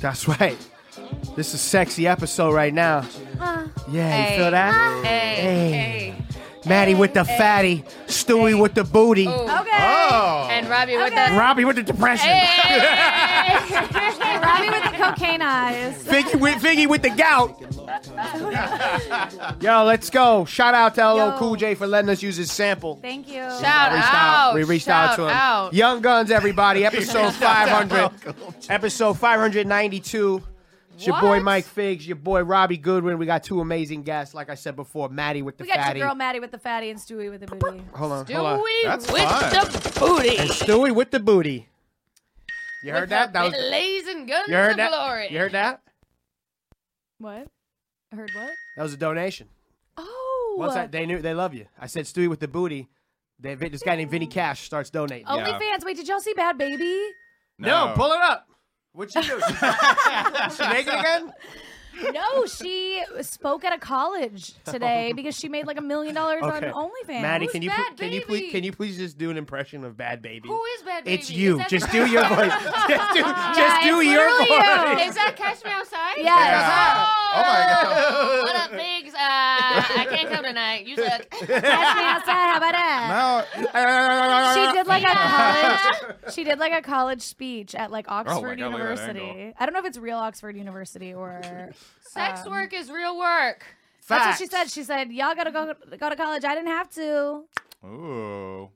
That's right. This is a sexy episode right now. Yeah, you feel that? Hey. Maddie with the fatty, Stewie with the booty, Okay. And Robbie with Okay. that. Robbie with the depression, Robbie with the cocaine eyes. Figgy, with, Figgy with the gout. Yo, let's go. Shout out to LL Yo. Cool J for letting us use his sample. Thank you. Shout reached out. out. We reached Shout out to him. out. Young Guns, everybody. Episode 500. episode 592. It's your boy What? Mike Figs, your boy Robbie Goodwin. We got two amazing guests. Like I said before, Maddie with the We got fatty. your girl Maddie with the fatty and Stewie with the booty. Hold on, hold on. Stewie That's with fine. the booty. Stewie with the booty. You heard that? That was. blazing guns You heard of glory. that? You heard that? What? I heard what? That was a donation. Oh. Once I, they knew they love you. I said Stewie with the booty. They, this guy named Vinny Cash starts donating. OnlyFans. Wait, did y'all see Bad Baby? No, pull it up. What'd you do? She- she naked again? No, she spoke at a college today because she made like a million dollars on Okay. OnlyFans. Maddie, can you Who's pl- Bad can you Baby? please can you please just do an impression of Bad Baby? Who is bad baby? it's you. Is that Just the- do your voice. just do, just it's do your literally voice. Is that Catch Me Outside? Yes. Yeah. Oh my god. What up, Biggs? Uh, I can't come tonight. You suck. Catch me outside. How about that? She Now, did like a college. She did like a college speech at like Oxford God, look at that University. I don't know if it's real Oxford University or. Sex work is real work. That's what she said. She said, "Y'all gotta go go to college. I didn't have to." ooh.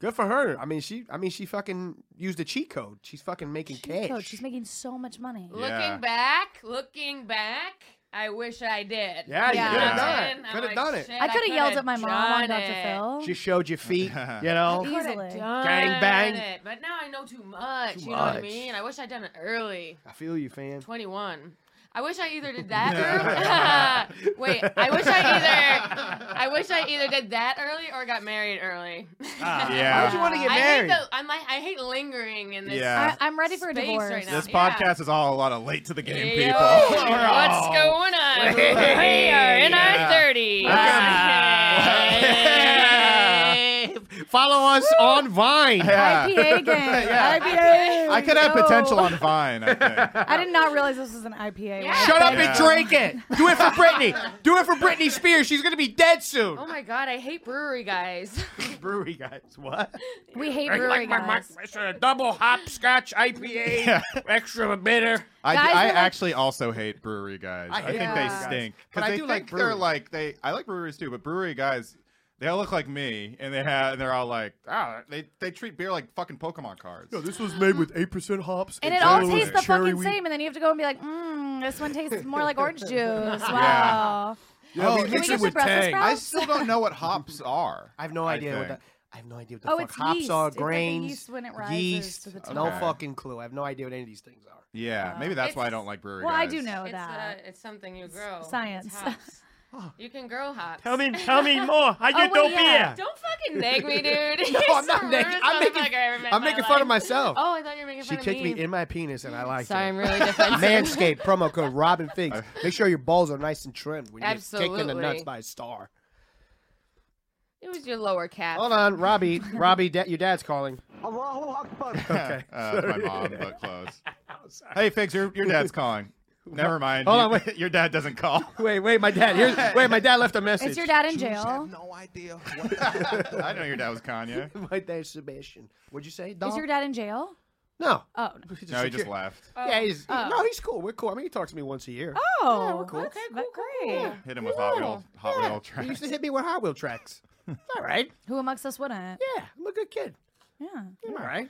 Good for her. I mean, she I mean she fucking used a cheat code. She's fucking making cash. Coach, she's making so much money. Yeah. Looking back, looking back, I wish I did. yeah, Yeah. you could have I'm done it. Could have like, done it. shit, I could have yelled coulda at my mom on done Dr. it. Phil. She showed your feet, you know. Easily. Coulda done Gang bang. it, But now I know too much. you know what I much. mean? I wish I'd done it early. I feel you, fam. 21. I wish I either did that early. Wait, I wish I either I wish I either did that early or got married early. Why would you Yeah. want to get I hate married? the, I'm like I hate lingering in this. Yeah. I, I'm ready for a Space divorce. right now. This Yeah. podcast is all a lot of late to the game Yo, people. We're what's all- going on? we are in Yeah. our 30s. Okay. Follow us on Vine. Yeah. IPA game. Yeah. IPA. I could have Yo. potential on Vine, I think. I did not realize this was an IPA. Yeah. Shut up Yeah. and drink it. Do it for Britney. Do it for Britney Spears. She's gonna be dead soon. Oh my god, I hate brewery guys. brewery guys. What? We hate brewery guys. a double hopscotch IPA, Yeah. extra bitter. I, Guys, I we like- actually also hate brewery guys. I I, hate think brewery they guys. stink. But Because I they do like think they're breweries. like they. I like breweries too, but brewery guys, they all look like me, and they have. And they're all like, ah, they they treat beer like fucking Pokemon cards. this was made with eight percent hops. And it all Totally. tastes the Cherry fucking wheat. same, and then you have to go and be like, mmm, this one tastes more like orange juice. Wow. Yeah, we Can we we mix get it some with Brussels tang. I sprouts? still don't know what hops are. I have no I idea what think. the I have no idea what the Oh, fuck it's hops yeast. are. It's like the Grains, yeast when it rises yeast. to the No top. fucking clue. I have no idea what any of these things are. Yeah, maybe that's why I don't like brewery Well, I guys. do know it's, uh, that. it's something you grow. It's science. hops. You can grow hops. tell me more. How Oh, you wait, do yeah. Don't fucking nag me, dude. No, I'm not nag- I'm making- I'm making fun of my. myself. Oh, I thought you were making She fun of kicked me me. in my penis, and I like Sorry, it. I'm really defensive. Manscaped promo code Robin Figs. Make sure your balls are nice and trimmed when you're taken the Absolutely. nuts by a star. It was your lower cap. Hold on, Robbie. Robbie, da- your dad's calling. okay. uh, my mom, but close. Hey, Figs, your, your dad's calling. Never mind. Hold You- on, wait. Your dad doesn't call. Wait, wait, my dad. Here's, wait, my dad left a message. Is your dad in jail? no idea. I know your dad was Kanye. My dad's Sebastian. What'd you say? Dog? Is your dad in jail? No. Oh. No, he just left. Yeah, he's Oh. no, he's cool. We're cool. I mean, he talks to me once a year. Oh. we're cool. that's- Okay, that's cool, great. cool. Hit him with hot wheel, hot Yeah. wheel He used tracks. to hit me with Hot Wheel tracks. It's all right. Who amongst us wouldn't? Yeah, I'm a good kid. Yeah. I'm all right.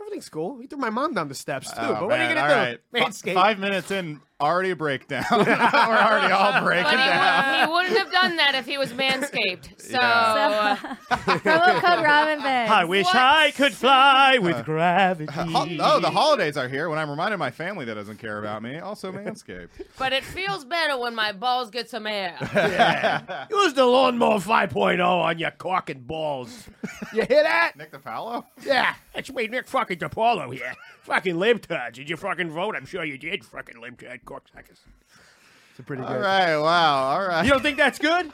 Everything's cool. He threw my mom down the steps too. Oh, but what are you man, gonna all right. do? Fi- Manscaped. Five minutes in, already a breakdown. We're already all breaking But he, down. would, he wouldn't have done that if he was manscaped. So, Yeah. uh, Promo code Robin Thicke. I wish What? I could fly with gravity. Hol- oh, the holidays are here. When I'm reminding my family that doesn't care about me, also Manscaped. but it feels better when my balls get some air. Use the lawnmower 5.0 on your cock and balls. you hear that? Nick DiPaolo? Yeah, it's me, Nick fucking DiPaolo here. fucking libtards. Did you fucking vote? I'm sure you did, fucking libtard cocksuckers. It's a pretty All right, wow, all right. You don't think that's good?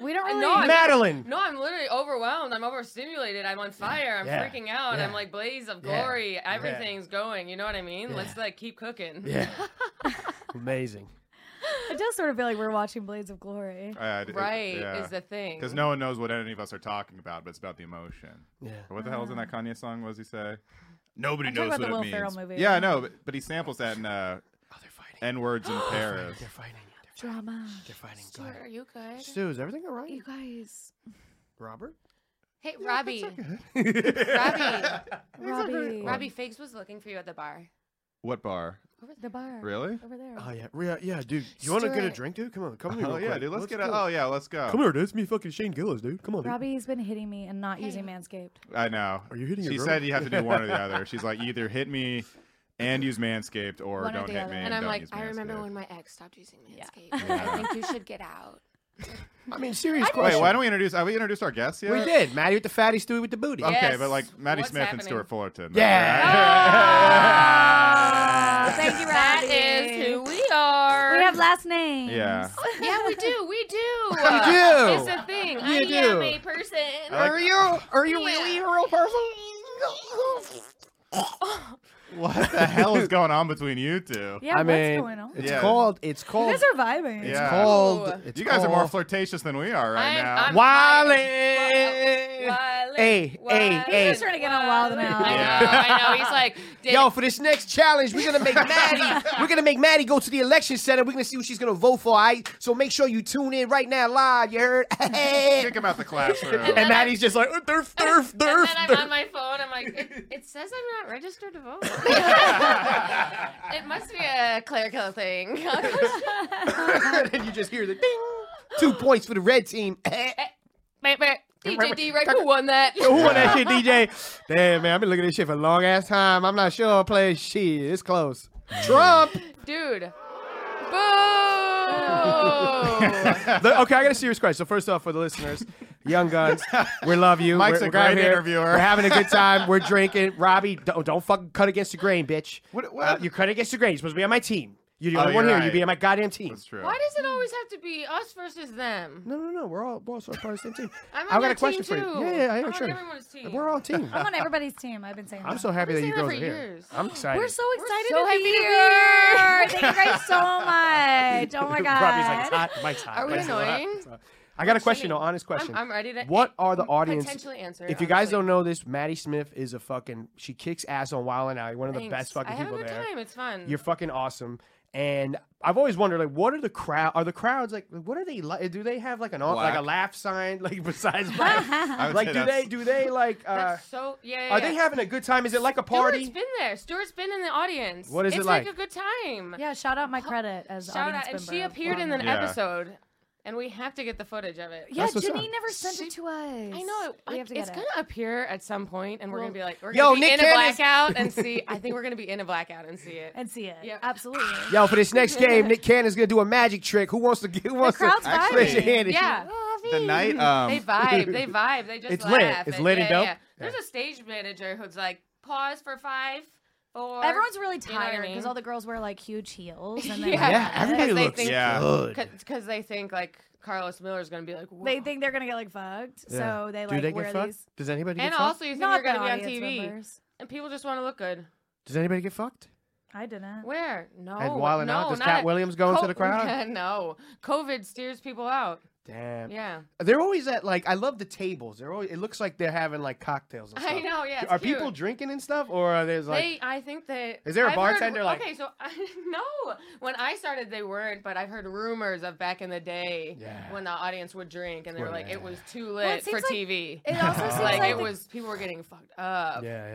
We don't really. No, I'm- Madeline. No, I'm literally overwhelmed. I'm overstimulated. I'm on fire. I'm Yeah. freaking out. Yeah. I'm like blaze of Yeah. glory. Yeah. Everything's going. You know what I mean? Yeah. Let's like keep cooking. Yeah. Amazing. It does sort of feel like we're watching Blades of Glory. Uh, it- Right yeah. is the thing. Because no one knows what any of us are talking about, but it's about the emotion. Yeah. What the hell is in that Kanye song? What does he say? Uh. Nobody I'm talking knows about what the Will it Ferrell means. movie. Yeah, I know, but, but he samples that in uh, Oh, they're fighting. N words in Paris. They're fighting. Drama. They're fighting. Go ahead. you good? Stu, is everything all right? You guys. Robert? Hey, Robbie. Robbie. Robbie. Robbie Figs was looking for you at the bar. What bar? The bar. Really? Over there. Oh yeah, yeah, yeah, dude. You want to get a Stuart. drink, dude? Come on, come here. Oh real yeah, quick. dude. Let's, get go. a. Oh yeah, let's go. Come here, dude. It's me, fucking Shane Gillis, dude. Come on, dude. Robbie's been hitting me and not using Manscaped. I know. Are you hitting She your girl? said you have to do one or the other. She's like, either hit me and use Manscaped, or One or don't the hit other. me. And And I'm don't like, use I remember Manscaped." when my ex stopped using Manscaped. Yeah. I think you should get out. I mean, serious question. Wait, why don't we introduce? Have we introduced our guests yet? we did. Maddie with the fatty, Stewie with the booty. Okay, Yes. but like Maddie What's Smith and happening? Stuart Fullerton. Ah. Thank you, Robbie. Ah! That is who we are. We have last names. Yeah. yeah, we do. We do. do. It's a thing. I You am do. a person. Are you? Are you really a real person? What the hell is going on between you two? Yeah, I what's mean, going on? it's Yeah. called. It's You called. guys are vibing. it's Yeah. called. Ooh. It's You guys are more called- flirtatious than we are right I'm- now. I'm- Wiley. Hey, Hey, hey, hey. He's trying to get on Wild and Out. I know, Yeah. I know. He's like, did, Yo, for this next challenge, we're gonna make Maddie. we're gonna make Maddie go to the election center. We're gonna see what she's gonna vote for. All right. So make sure you tune in right now, live. You heard? Kick him out the classroom. and Maddie's just like "Uh, derf, derf, and derf, then I'm derf. on my phone. I'm like, it, it says I'm not registered to vote. it must be a clerical thing. and then you just hear the ding. Two points for the red team. Eh, Wait, wait. DJ D. Rick, who won that? Who won that shit, DJ? Damn, man, I've been looking at this shit for a long ass time. I'm not sure, play shit. It's close. Trump. Dude. Boo! The- okay, I got a serious question. So first off, for the listeners, Young Guns, we love you. Mike's we're, a we're out great here. interviewer. We're having a good time. We're drinking. Robbie, don't, don't fucking cut against the grain, bitch. Uh, What- what? you cut against the grain. You're supposed to be on my team. You're the Oh, only one you're here. right. You'd be on my goddamn team. That's true. Why does it always have to be us versus them? No, no, no. We're all we're all part of the same team. I'm on I got your a question for team you. too. Yeah, yeah, I I'm am on sure. everyone's team. We're all team. I'm on everybody's team. I've been saying I'm that. so happy I've that been you saying girls that are for here. years. I'm excited. We're so excited so to happy to be be here. Thank you guys so much. Oh my god. Robbie's like hot. Mike's hot. Are we Mike's annoying? I got a question, kidding. though. Honest question. I'm, I'm ready to. what are the audience? Potentially answer. If you guys honestly. don't know this, Maddie Smith is a fucking. She kicks ass on Wild and Out. You're one of the Thanks. best fucking I have people a good there. time. It's fun. You're fucking awesome. And I've always wondered, like, what are the crowd? Are the crowds like? What are they like? Do they have like an au- like a Black. laugh sign like besides black? I would like, say do that's- they do they like? Uh, That's so yeah. yeah are they yeah. having a good time? Is it like a party? Stuart's been there. Stuart's been in the audience. What is it it's like? like? a good time. Yeah, shout out my credit as Shout audience out, and member she of appeared in an Wild and Out. Yeah. episode, and we have to get the footage of it. Yeah, That's what's Janine up. never sent it to us. I know it, We have to it's get gonna appear at some point, and we're gonna be like, we're Yo, gonna be Nick in Cannon's- a blackout and see. I think we're gonna be in a blackout and see it. it and see it. Yeah. Absolutely. Yo, for this next game, Nick Cannon's gonna do a magic trick. Who wants to? Who wants to? crowd's Actually, raise your vibing. hand. if you- yeah, the night? Um, they vibe. They vibe. They just It's lit. laugh. It's and- lit yeah, and yeah, dope. yeah. There's a stage manager who's like, pause for five, four. Everyone's really You know what I tired because mean? all the girls wear like huge heels and Yeah. they Yeah, everybody Because they looks think- Yeah. good. because they think like Carlos Miller's gonna be like. Whoa. they think they're gonna get like fucked. Yeah. So they do like they wear get fucked? these. Does anybody and get fucked? also you think Not you're the gonna be on audience TV, members. and people just want to look good. Does anybody get fucked? I didn't. Where? No. and while and no, out, does not Cat at- Williams go into Co- the crowd? no. COVID steers people out. Damn. Yeah. They're always at like I love the tables. They're always it looks like they're having like cocktails and stuff. I know. Yeah. it's are cute. people drinking and stuff or are there's like they, I think that. Is there a I've heard- bartender, like- Okay, so I, no. When I started, they weren't, but I've heard rumors of back in the day Yeah. when the audience would drink and they were Well, like, yeah. it was too lit it for seems like- TV. It also seems like, like, it the- was, people were getting fucked up. Yeah, yeah,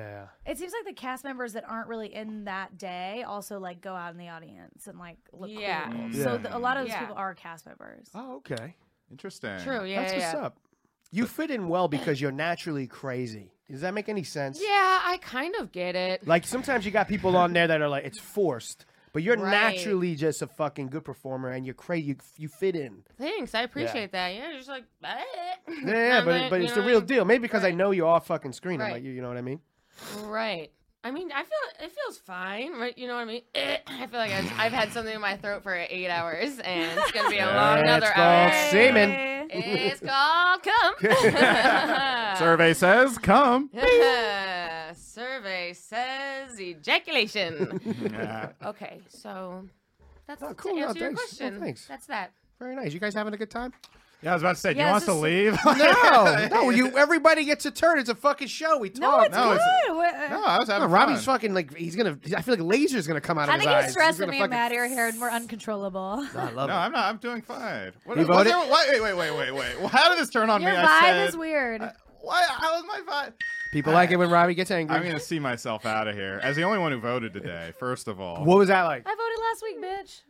yeah. It seems like the cast members that aren't really in that day also like go out in the audience and like look Yeah. cool. Yeah. So the, a lot of those Yeah. people are cast members. Oh, okay. Interesting. True. Yeah. That's yeah, what's yeah. up. You fit in well because you're naturally crazy. Does that make any sense? Yeah, I kind of get it. Like sometimes you got people on there that are like it's forced, but you're Right. naturally just a fucking good performer and you're crazy. You, you fit in. Thanks, I appreciate that. Yeah, you're just like, eh. Yeah, yeah I'm but like, but you it's the know what I real mean? deal. Maybe because I Right. know you're off fucking screen. I'm Right. like you, you know what I mean? Right. I mean, I feel it feels fine, right? You know what I mean? I feel like I've, I've had something in my throat for eight hours, and it's gonna be a long That's another called hour. semen. Hey. It's called come. Survey says come. Survey says ejaculation. Yeah. okay, so that's Oh, to cool. No, answer your thanks. No, question. thanks. That's that. Very nice. You guys having a good time? Yeah, I was about to say, do you Yeah, want us it's to leave? No, no. You everybody gets a turn. It's a fucking show. We talk. No, it's no, good. uh, it's- We're- no, I was having Oh, No, Robbie's fun. fucking like he's gonna. I feel like laser's gonna come out of I his think eyes. he's stressed He's that gonna me and fucking- Maddie are here and we're uncontrollable. I love No, it. I'm not. I'm doing fine. What, You was voted? there- wait, wait, wait, wait, wait, wait. How did this turn on Your me? vibe I said, is weird. Why? How was my vibe? People like it when Robbie gets angry. I'm gonna see myself out of here as the only one who voted today. First of all, what was that like? I voted last week, bitch.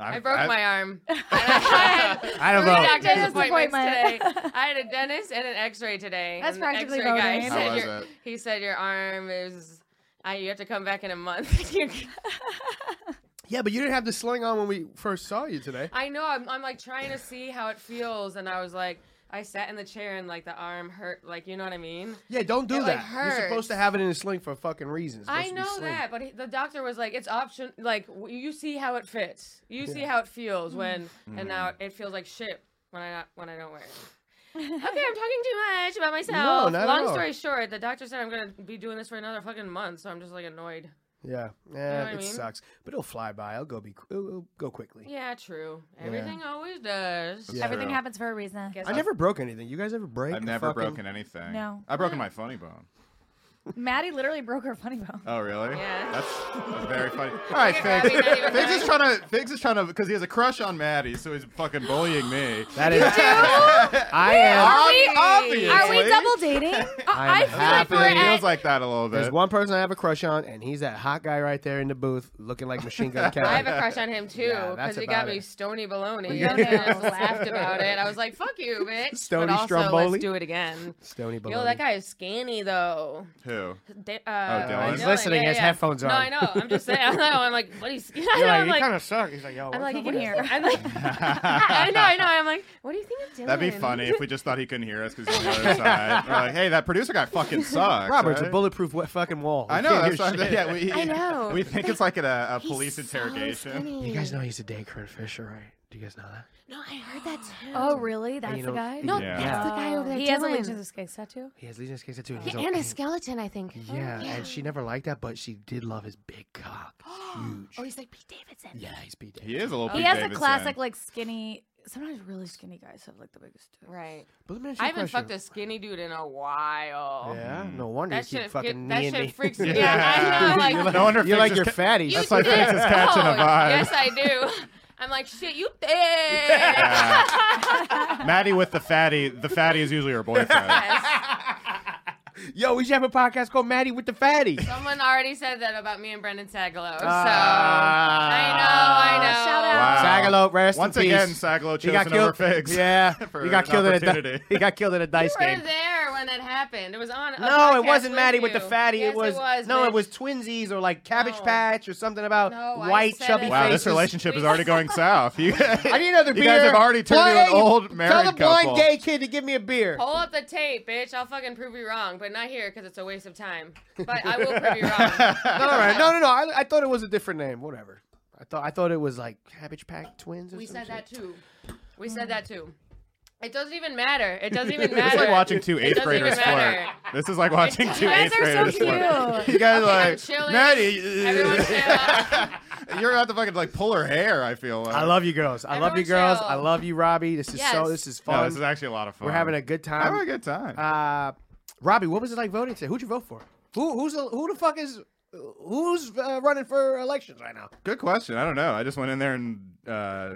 I broke my arm. I had I don't three know. doctor's appointments today. Appointment. I had a dentist and an X-ray today. That's and the practically X-ray guy voting. said How was your- it? He said your arm is. I, you have to come back in a month. You- Yeah, but you didn't have the sling on when we first saw you today. I know. I'm, I'm like trying to see how it feels, and I was like, I sat in the chair and like the arm hurt. Like you know what I mean? Yeah, don't do It, like, that. You're supposed to hurts. have it in a sling for a fucking reason. It's I supposed to be know sling. that, but he, the doctor was like, "It's option. Like w- you see how it fits. You see how it feels when, Mm-hmm. and now it feels like shit when I not, when I don't wear it." okay, I'm talking too much about myself. not at Long all. story short, the doctor said I'm gonna be doing this for another fucking month, so I'm just like annoyed. Yeah, know yeah, what I it mean? sucks, but it'll fly by. It'll go be. It'll, it'll go quickly. Yeah, true. Everything always does. Yeah. Everything True. happens for a reason. Guess I I'll- never broke anything. You guys ever break? I've a never fucking- broken anything. No. I've broken my funny bone. Maddie literally broke her funny bone. Oh really? Yeah. That's, that's very funny. All right, at Figs. Robbie, not even Figs is trying to. Figs is trying to because he has a crush on Maddie, so he's fucking bullying me. That is. I am. Are we- Obviously. Are we double dating? I'm I, I feel like Happy. we're It feels at. like that a little There's bit. one person I have a crush on, and he's that hot guy right there in the booth, looking like Machine Gun Kelly. I have a crush on him too Yeah, because that's he got about me it. stony baloney. Yeah. And I just laughed about it. I was like, "Fuck you, bitch!" Stony but also, Stromboli? let's do it again. Stony Yo, Baloney. that guy is skinny though. Who? Da- uh, Dylan? He's Oh, listening, he has headphones No, on. I know. I'm just saying. I know. I'm like, what he's. I know, You're I'm like, you like, kind of suck. He's like, yo, I'm what's like, up you can with hear. I'm like, I know, I know. I'm like, what do you think of Dylan? That'd be funny if we just thought he couldn't hear us because he's on the other side. We're like, hey, that producer guy fucking sucks. Robert's a right? bulletproof wa- fucking wall. I You know. can't That's hear what, shit. yeah, we, I know. We think it's like a, a police He's so interrogation. skinny. You guys know he's a day current fisher, right? Do you guys know that? No, I heard that too. Oh, really? That's you the know- guy? No, Yeah. That's the guy over there. He has a Dylan. Legion of Skanks tattoo. He has Legion's Kings tattoo. And, he's Yeah, and okay. a skeleton, I think. Yeah, and she never liked that, but she did love his big cock. Huge. Oh, he's like Pete Davidson. yeah, he's beat He is a little. Oh, He Pete has Davidson. a classic, like skinny. Sometimes really skinny guys have like the biggest. dick. Right. But let me ask you I a haven't question. fucked a skinny dude in a while. Yeah, no wonder That you shit, keep fucking get, that kneeing me. shit freaks me. Yeah. Yeah, I know. Like, No wonder you Figs like is your ca- fatties. You That's why did. Francis catching a Oh, vibe. Yes, I do. I'm like, shit, you thick. yes. Maddie with the fatty. The fatty is usually her boyfriend. Yo, we should have a podcast called Maddie with the Fatty. Someone already said that about me and Brendan Sagalow. So Ah. I know, I know. Ah. Shout Wow. out. Sagalo, rest Once in peace. again, Sagalo he chose got an killed. over Figs. Yeah, for he got an killed in a di- opportunity. he got killed in a dice You game. were there when that happened. It was on. a No, it podcast wasn't Maddie with the you. fatty. Yes, it was, no, bitch. it was twinsies or like Cabbage No. Patch or something about No, I white said chubby it. Wow, faces. this relationship is already going south. You, I need another you beer. guys have already turned into an Blind- old Tell the married couple. blind gay kid to give me a beer. Pull up the tape, bitch. I'll fucking prove you wrong, but not here because it's a waste of time. But I will prove you wrong. No, all right, no, no, no. I, I thought it was a different name. Whatever. I thought I thought it was like Cabbage Patch Twins. Or We some said shit. that too. We said that too. It doesn't even matter. It doesn't even matter. It's like watching two eighth doesn't even graders flirt. matter. This is like watching two You guys eighth are so graders flirt. cute. You guys I'm are like chilling. Maddie. Everyone uh, chill. You're about to fucking like pull her hair. I feel. Like. I love you girls. I love you Everyone girls. chill. I love you, Robbie. This is so. Yes. This is fun. No, this is actually a lot of fun. We're having a good time. Having a good time. Uh, Robbie, what was it like voting today? Who'd you vote for? Who who's the, who the fuck is who's uh, running for elections right now? good question. I don't know. I just went in there and uh,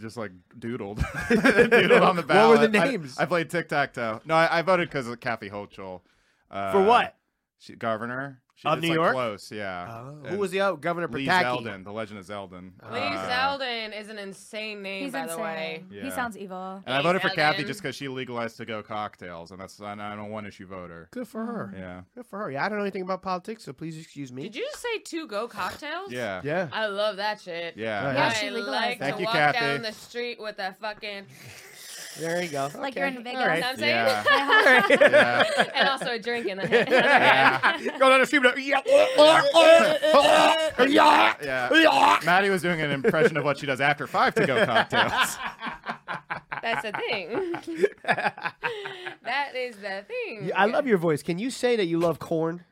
just like doodled, doodled on the What were the ballot. I- names? I, played tic tac toe. No, I, I voted because of Kathy Hochul. Uh, For what? She, governor she, Of it's, New like, York? Oh. Close, yeah. Who was the other governor? Oh. Lee Pataki. Ah. Zeldin, the legend of Zeldin. Lee Uh, Zeldin is an insane name, He's by insane. the way. Yeah. He sounds evil. And I voted for Kathy Zeldin. just because she legalized to go cocktails, and that's and I'm a one issue voter. Good for her. Yeah, Good for her. Yeah, I don't know anything about politics, so please excuse me. Did you just say two go cocktails? yeah, Yeah. I love that shit. yeah. Yeah, I she legalized like it. Thank to you, walk Kathy. down the street with a fucking. There you go. Like Okay. you're in Vegas. All right. You know what I'm saying? Yeah. and also a drink in the hand. Go down a few minutes. Yeah. Yeah. Yeah. Maddie was doing an impression of what she does after five to go cocktails. That's the thing. that is the thing. I love your voice. Can you say that you love corn?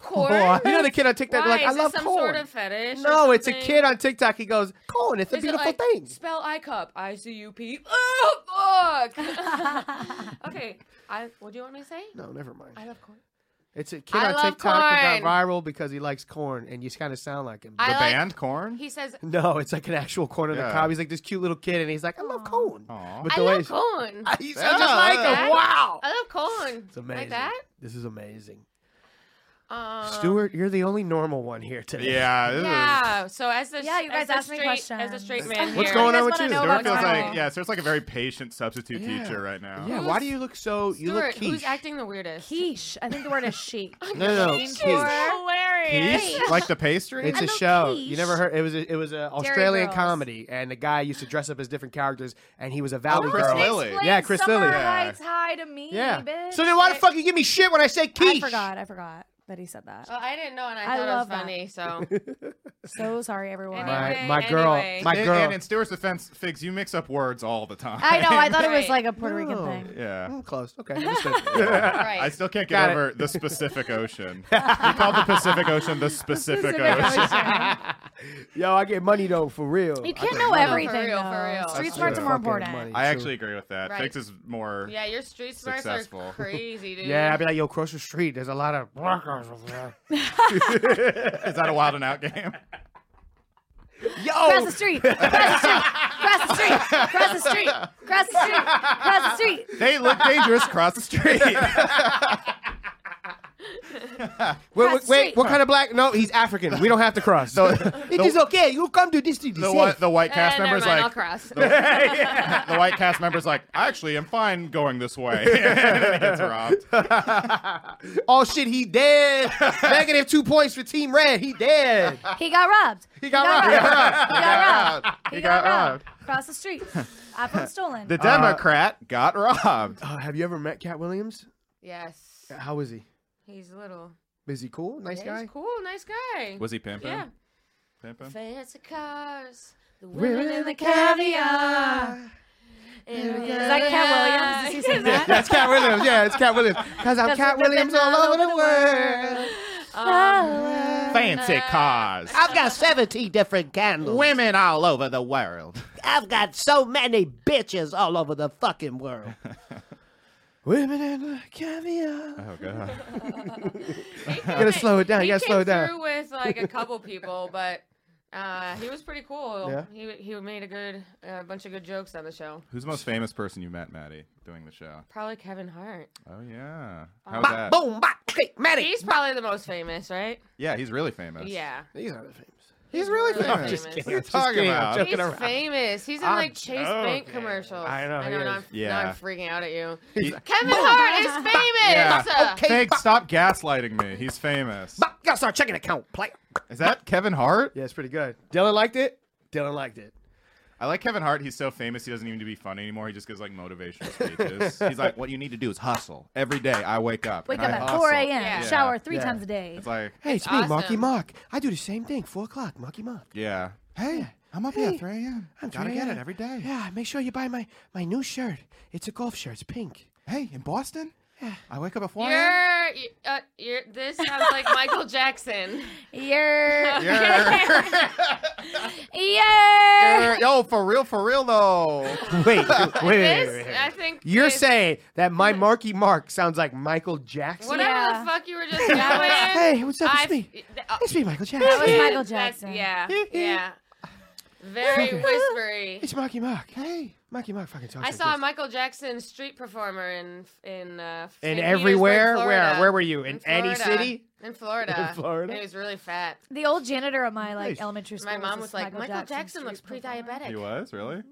corn. Oh, you know the kid on TikTok Why? be like, is I this love some corn. sort of fetish? or no, it's a something? kid on TikTok. He goes, corn. It's a Is it beautiful like, thing. Spell I cup. I C U P. Oh, fuck. okay. I, what do you want me to say? No, never mind. I love corn. It's a kid I on love TikTok that corn. got viral because he likes corn, and you just kind of sound like him. I The like- band corn. He says, no, it's like an actual corn on the Yeah. Oh. cob. He's like this cute little kid, and he's like, I love corn. Aw. But I the way love he's- corn. you Yeah, sound just like yeah. him. Wow. I love corn. It's amazing. Like that? This is amazing. Um, Stuart, you're the only normal one here today. Yeah. this is- Yeah. So as the Yeah, you guys as a asked me straight, As a questions. straight man, What's here, going on You with guys you? wanna know Stuart about feels like Carl. yeah. Stuart's like a very patient substitute Yeah. teacher right now. Yeah, why do you look so? You Stuart, look quiche. who's acting the weirdest? Quiche. I think the word is chic. No, no, no, quiche. hilarious. Quiche? Like the pastry? It's I a love show. You quiche. never heard? It was a, it was an Australian Girls. comedy, and the guy used to dress up as different characters, and he was a valley Oh, Chris girl. Lilly. Yeah, Chris Summer Lilly. Heights high to me, Yeah. bitch. So then why the fuck you give me shit when I say quiche? I forgot. I forgot that he said that. Well, Oh, I didn't know, and I, I thought love it was that. funny. So So sorry, everyone. Anyway. My, my girl, anyway. my And- girl. And in Stuart's defense, figs, you mix up words all the time. I know. I thought it was Right. like a Puerto Rican No. thing. yeah. Mm, close. Okay. understood. right. I still can't Got get it. over the specific ocean. you called the Pacific Ocean the specific ocean. Yo, I get money though for real. You can't I know get- everything. real, though. for real. Street That's smarts are true. more Fucking important. money, I too. actually agree with that. Right. Figs is more. yeah, your street smarts Successful. are crazy, dude. Yeah, I'd be like, yo, cross the street. There's a lot of workers over there. Is that a wild and out game? Cross Yo, the street. Cross the street. Cross the street. Cross the street. Cross the street. They look dangerous across the street. wait, Cross wait, the wait, street. what kind of black? No, he's African. We don't have to cross. it is okay. You come to this street. it's the, safe. white, the white Eh, cast never member's mind, I'll like, cross. the white cast member's like, I actually am fine going this way. and then he gets robbed. Oh shit, he dead. Negative two points for Team Red. He dead. He got robbed. He got robbed. He got robbed. He got robbed. Cross the street. iPhone stolen. The Democrat got robbed. Uh, have you ever met Cat Williams? yes, How is he? he's little. Is he cool? Nice Yeah, guy. He's cool, nice guy. Was he pimping? Yeah. Pimping? Fancy cars. The Women women in in the caviar. Is that Cat Williams? Is he sing that? That's Cat Williams. Yeah, it's Cat Williams. Cause I'm That's Cat what- Williams all over the world. Um, Um, Fancy cars. I've got 17 different candles. Women all over the world. I've got so many bitches all over the fucking world. Women and caviar. Oh, God. You gotta slow it down. He You gotta slow it came down. through with like a couple people, but uh, he was pretty cool. Yeah? He he made a good a bunch of good jokes on the show. Who's the most famous person you met, Maddie, doing the show? Probably Kevin Hart. Oh, yeah. Uh, How's Bop, that? boom, bop, click, Maddie. He's probably the most famous, right? Yeah, he's really famous. Yeah. These are the famous. He's really really famous. famous. What are you Just kidding, talking about? I'm He's joking around. famous. He's in I'm like Chase Bank joking. commercials. I know, I he know. Now is. I'm, Yeah. now I'm freaking out at you. He's- Kevin Hart is famous. Yeah. Okay. Fig, stop gaslighting me. He's famous. Bop, gotta start checking account, player. Is that Kevin Hart? Yeah, it's pretty good. Dylan liked it. Dylan liked it. I like Kevin Hart. He's so famous, he doesn't even need to be funny anymore. He just gives like motivational speeches. He's like, "What you need to do is hustle. Every day, I wake up. Wake and up I at hustle." 4 a.m. Yeah. Shower three Yeah. times a day. It's like, Hey, it's, It's me, Marky awesome. Mark. I do the same thing. Four o'clock, Marky Mark. yeah. Hey, I'm up Hey, at 3 a.m. I'm Gotta trying get to- it every day. Yeah, make sure you buy my my new shirt. It's a golf shirt. It's pink. Hey, in Boston, I wake up at 4 a.m. You're, you- uh, you're, this sounds like Michael Jackson. Yer. You're- Yer. you're- Yo, for real, for real though. Wait, wait, wait, wait, This, wait, wait. I think. You're is- saying that my Marky Mark sounds like Michael Jackson? Whatever Yeah. the fuck you were just going. Hey, what's up? It's I've- me. th- uh, It's me, Michael That was Jackson. Michael that's- Jackson. Yeah. Yeah. Very whispery. It's Marky Mark. Hey, Marky Mark fucking talks I like saw a this. Michael Jackson street performer in in uh, And St. everywhere? Petersburg, Where- Florida. where were you? In any Florida. city? In Florida. In Florida? And he was really fat. The old janitor of my like Nice. elementary school. My mom this was like, Michael, Jackson, looks street performer." pre-diabetic. He was really.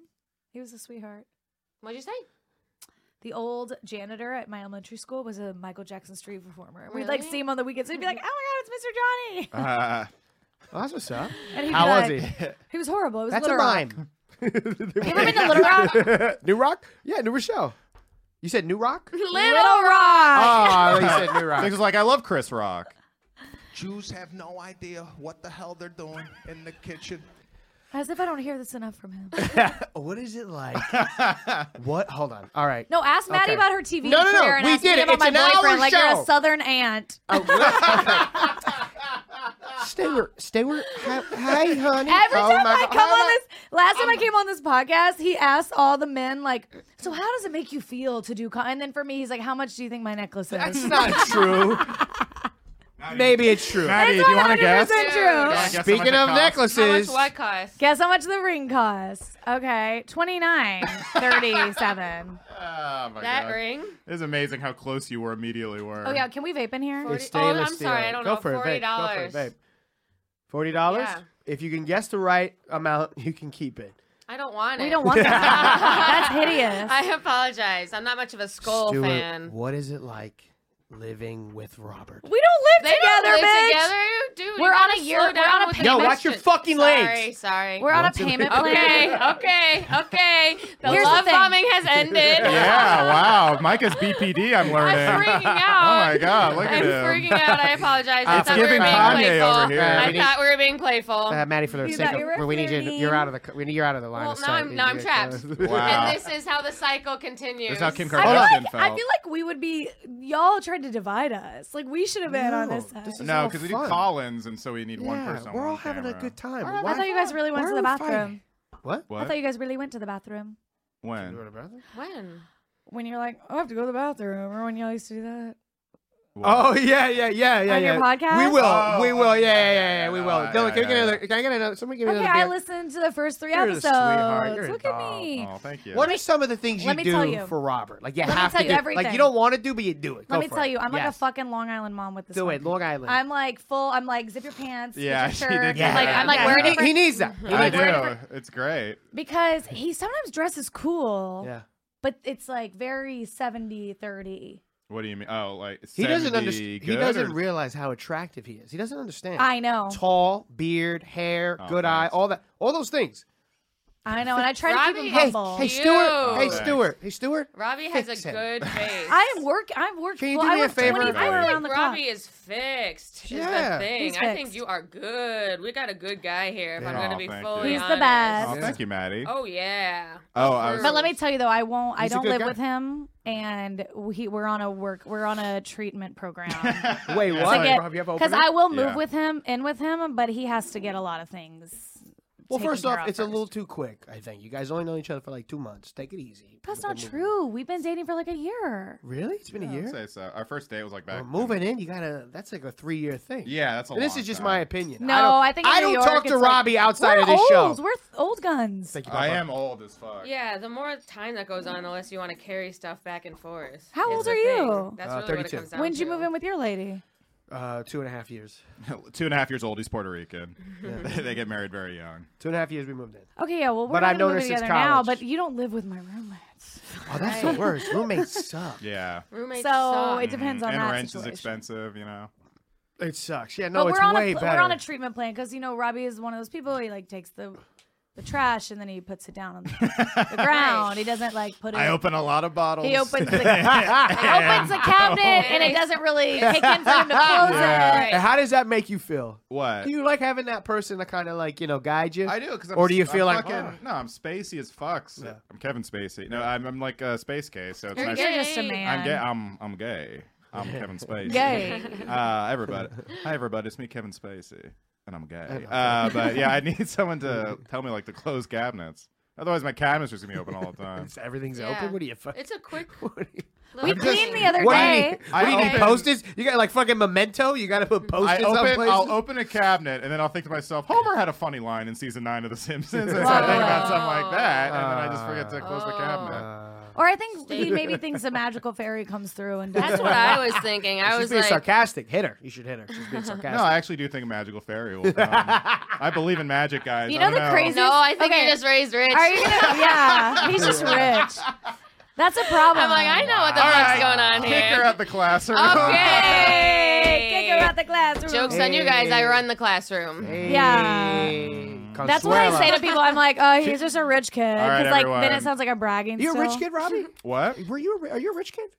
He was a sweetheart. What'd you say? The old janitor at my elementary school was a Michael Jackson street performer. We'd like Really? see him on the weekends. We'd be like, "Oh my God, it's Mr. Johnny!" Uh, Oh, that's what's up. And he'd How be was like- he? He was horrible. It was That's a Little Rock. rhyme. You ever been to Little Rock? Little New Rock? Yeah, New Rochelle. You said New Rock? Rock. Oh, you said New Figs Rock. was like, I love Chris Rock. Jews have no idea what the hell they're doing in the kitchen. Uh, As if I don't hear this enough from him. what is it like? what? Hold on. All right. No, ask Maddie Okay. about her TV No, no, no. career and We ask did me it. about It's my an hour boyfriend like you're show. Uh, a southern aunt. Stay where. Stay where. Hi, hi, honey. Every Oh time my I God. come on Hi. this, last time I came on this podcast, he asked all the men like, "So how does it make you feel to do?" co-" And then for me, he's like, "How much do you think my necklace It's is?" not true. Maybe it's true. Maddie, do you want to guess? 100% true. guess how much Speaking it of How costs. much necklaces, what cost? Oh Guess how much the ring costs? Okay, twenty nine thirty seven. Oh my That God. ring? It's amazing how close you were immediately were. Oh yeah, can we vape in here? Forty- it's Oh, I'm stainless steel. sorry, I don't Go know. For it, babe. Go for it, $40. babe. Forty dollars. Yeah. If you can guess the right amount, you can keep it. I don't want it. We don't want that. That's hideous. I apologize. I'm not much of a skull Stuart, fan. what is it like living with Robert? we don't live They together, don't live bitch. together, dude. We're you on a gotta year- slow we're down on a with the Yo, watch your question. fucking Sorry, legs. sorry. We're on a Once in a- payment okay, plan. okay, okay. The Here's the love thing. bombing has ended. Yeah, wow. Micah's BPD, I'm I'm learning. freaking Oh out. my God, look I'm at freaking him. out. I apologize. I It's thought we were being giving Kanye playful. over here. I We need- thought we were being playful. Uh, Maddie, for the You sake got your of, we need you. to- You're out of the. We need you're out of the line. Well, of now sight. I'm- now I'm trapped. Wow. and this is how the cycle continues. This is how Kim I feel, Kardashian like, I felt. feel like we would be y'all tried to divide us. Like we should have been on No, this side. this is No, all because we do fun. Collins, and so we need one Yeah, person. we're on all having a camera. good time. I don't know, Why- I thought you guys really went why to are the we bathroom. fighting? What? What? I thought you guys really went to the bathroom. You were when? the brother? when? When you're like, oh, I have to go to the bathroom. Remember when y'all used to do that? Oh yeah, yeah, yeah, yeah. On your yeah. podcast? we will, Oh, we will, yeah, yeah, yeah, yeah, yeah, yeah we yeah, will. Dylan, yeah, can we yeah, get yeah. another? Can I get another? Somebody give me Okay, another. I beer. listened to the first three You're a episodes. sweetheart. You're a Look at doll. me. Oh, thank you. What are some of the things Let you me do tell you. for Robert? Like you me have tell to you do, like everything. you don't want to do, but you do it. Go Let me for tell it. you, I'm like a Yes. fucking Long Island mom with this. Do one. it, Long Island. I'm like full. I'm like zip your pants. Yeah, get she your did shirt. do Like that. I'm like Yeah. wearing Mhm. he, different he needs that. He I needs that. do. It's great. because he sometimes dresses cool. Yeah. But it's like very 70, 30. What do you mean? Oh, like He doesn't 70 understand. He good doesn't or- realize how attractive he is. He doesn't understand. I know. Tall, beard, hair, Oh, good eye, thanks. all that, all those things. I know. And I try to keep Robbie, him hey, humble. Hey, Cute. Stuart. Hey, Oh, Thanks. Stuart. Hey, Stuart. Robbie has Fix a him. good face. I am work. I'm working. Can you well, do I me a work favor? 24 I around the clock. Robbie is fixed. Is Yeah. the thing. He's I think fixed. you are good. We got a good guy here. If I'm Yeah. gonna Aw, be Oh, thank fully you. He's the honest. best. Oh, thank you, Maddie. Oh yeah. Oh, I was- But let me tell you though, I won't. He's a I don't good live guy. with him, and he, we're on a work. We're on a treatment program. Wait, what? To get- Have you ever Because opened I it? will move Yeah. with him, in with him, but he has to get a lot of things. Well, taken first care off, of it's a first. little too quick. I think you guys only know each other for like two months. Take it easy. That's We're not moving- true. We've been dating for like a year. Really? It's been a I'd year. say so. Our first date was like back. Well, moving in, you gotta. That's like a three-year thing. Yeah, that's a And this long is just time. my opinion. No, I, don't, I think in I New don't York, talk to it's like, Robbie outside we're of this old. show. We're th- old guns. Thank you, I Papa. am old as fuck. Yeah, the more time that goes on, the less you want to carry stuff back and forth. How is old the are thing. you? That's Uh, really what 32. it comes down When'd you to. move in with your lady? Uh, two and a half years. Two and a half years old. He's Puerto Rican. Yeah. they get married very young. Two and a half years we moved in. Okay, yeah. Well, we're But not I've gonna known move her since together now. college. But you don't live with my roommates, Oh, that's the worst. Roommates suck. Yeah. Roommates so suck. it depends on and that rent situation. is expensive, you know. It sucks. Yeah, no, but it's we're on way a pl- better. we're on a treatment plan because you know Robbie is one of those people. He like takes the the trash and then he puts it down on the, the ground. He doesn't like put it. I open a lot of bottles. he opens the, he opens the cabinet and it doesn't really kick in for him to close Yeah. it. And how does that make you feel? what? Do you like having that person to kind of like you know guide you? Uh, I do because. Or do you feel I'm like, "Oh." fucking- no? I'm spacey as fuck. so- Yeah. I'm Kevin Spacey. No, I'm, I'm like a space case. So it's You're nice. You're just a I'm man. I'm gay. I'm I'm gay. I'm Kevin Spacey. Gay. Uh, everybody. Hi, everybody. It's me, Kevin Spacey, and I'm gay. Uh, but yeah, I need someone to tell me like to close cabinets. Otherwise, my cabinet's just gonna be open all the time. It's- Everything's Yeah. open. What do you fucking? It's a quick. We little cleaned thing. the other What do you day. need? What do you I need? open- Post-its? You got like fucking memento? You got to put I post-its on open, places? I'll open a cabinet and then I'll think to myself, Homer had a funny line in season nine of The Simpsons. And so I think about something like that, and then I just forget to close the Uh, cabinet. Or I think he maybe thinks the magical fairy comes through and does That's it. what I was thinking. I She's was being like, sarcastic. Hit her. You should hit her. She's being sarcastic. No, I actually do think a magical fairy will come. I believe in magic, guys. You I know don't the crazy- no, I think Okay. you're just raised rich. Are you gonna? Yeah, he's just rich. That's a problem. I'm like, I know what the All fuck's right, going on kick here. her out the classroom. Okay. Hey, kick her out the classroom. Jokes on you guys. I run the classroom. Yeah. That's what I say to people. I'm like, oh, he's just a rich kid. right, Because like, then everyone. it sounds like I'm bragging. You a still. rich kid, Robbie? what? Were you? A, ri- are you a rich kid?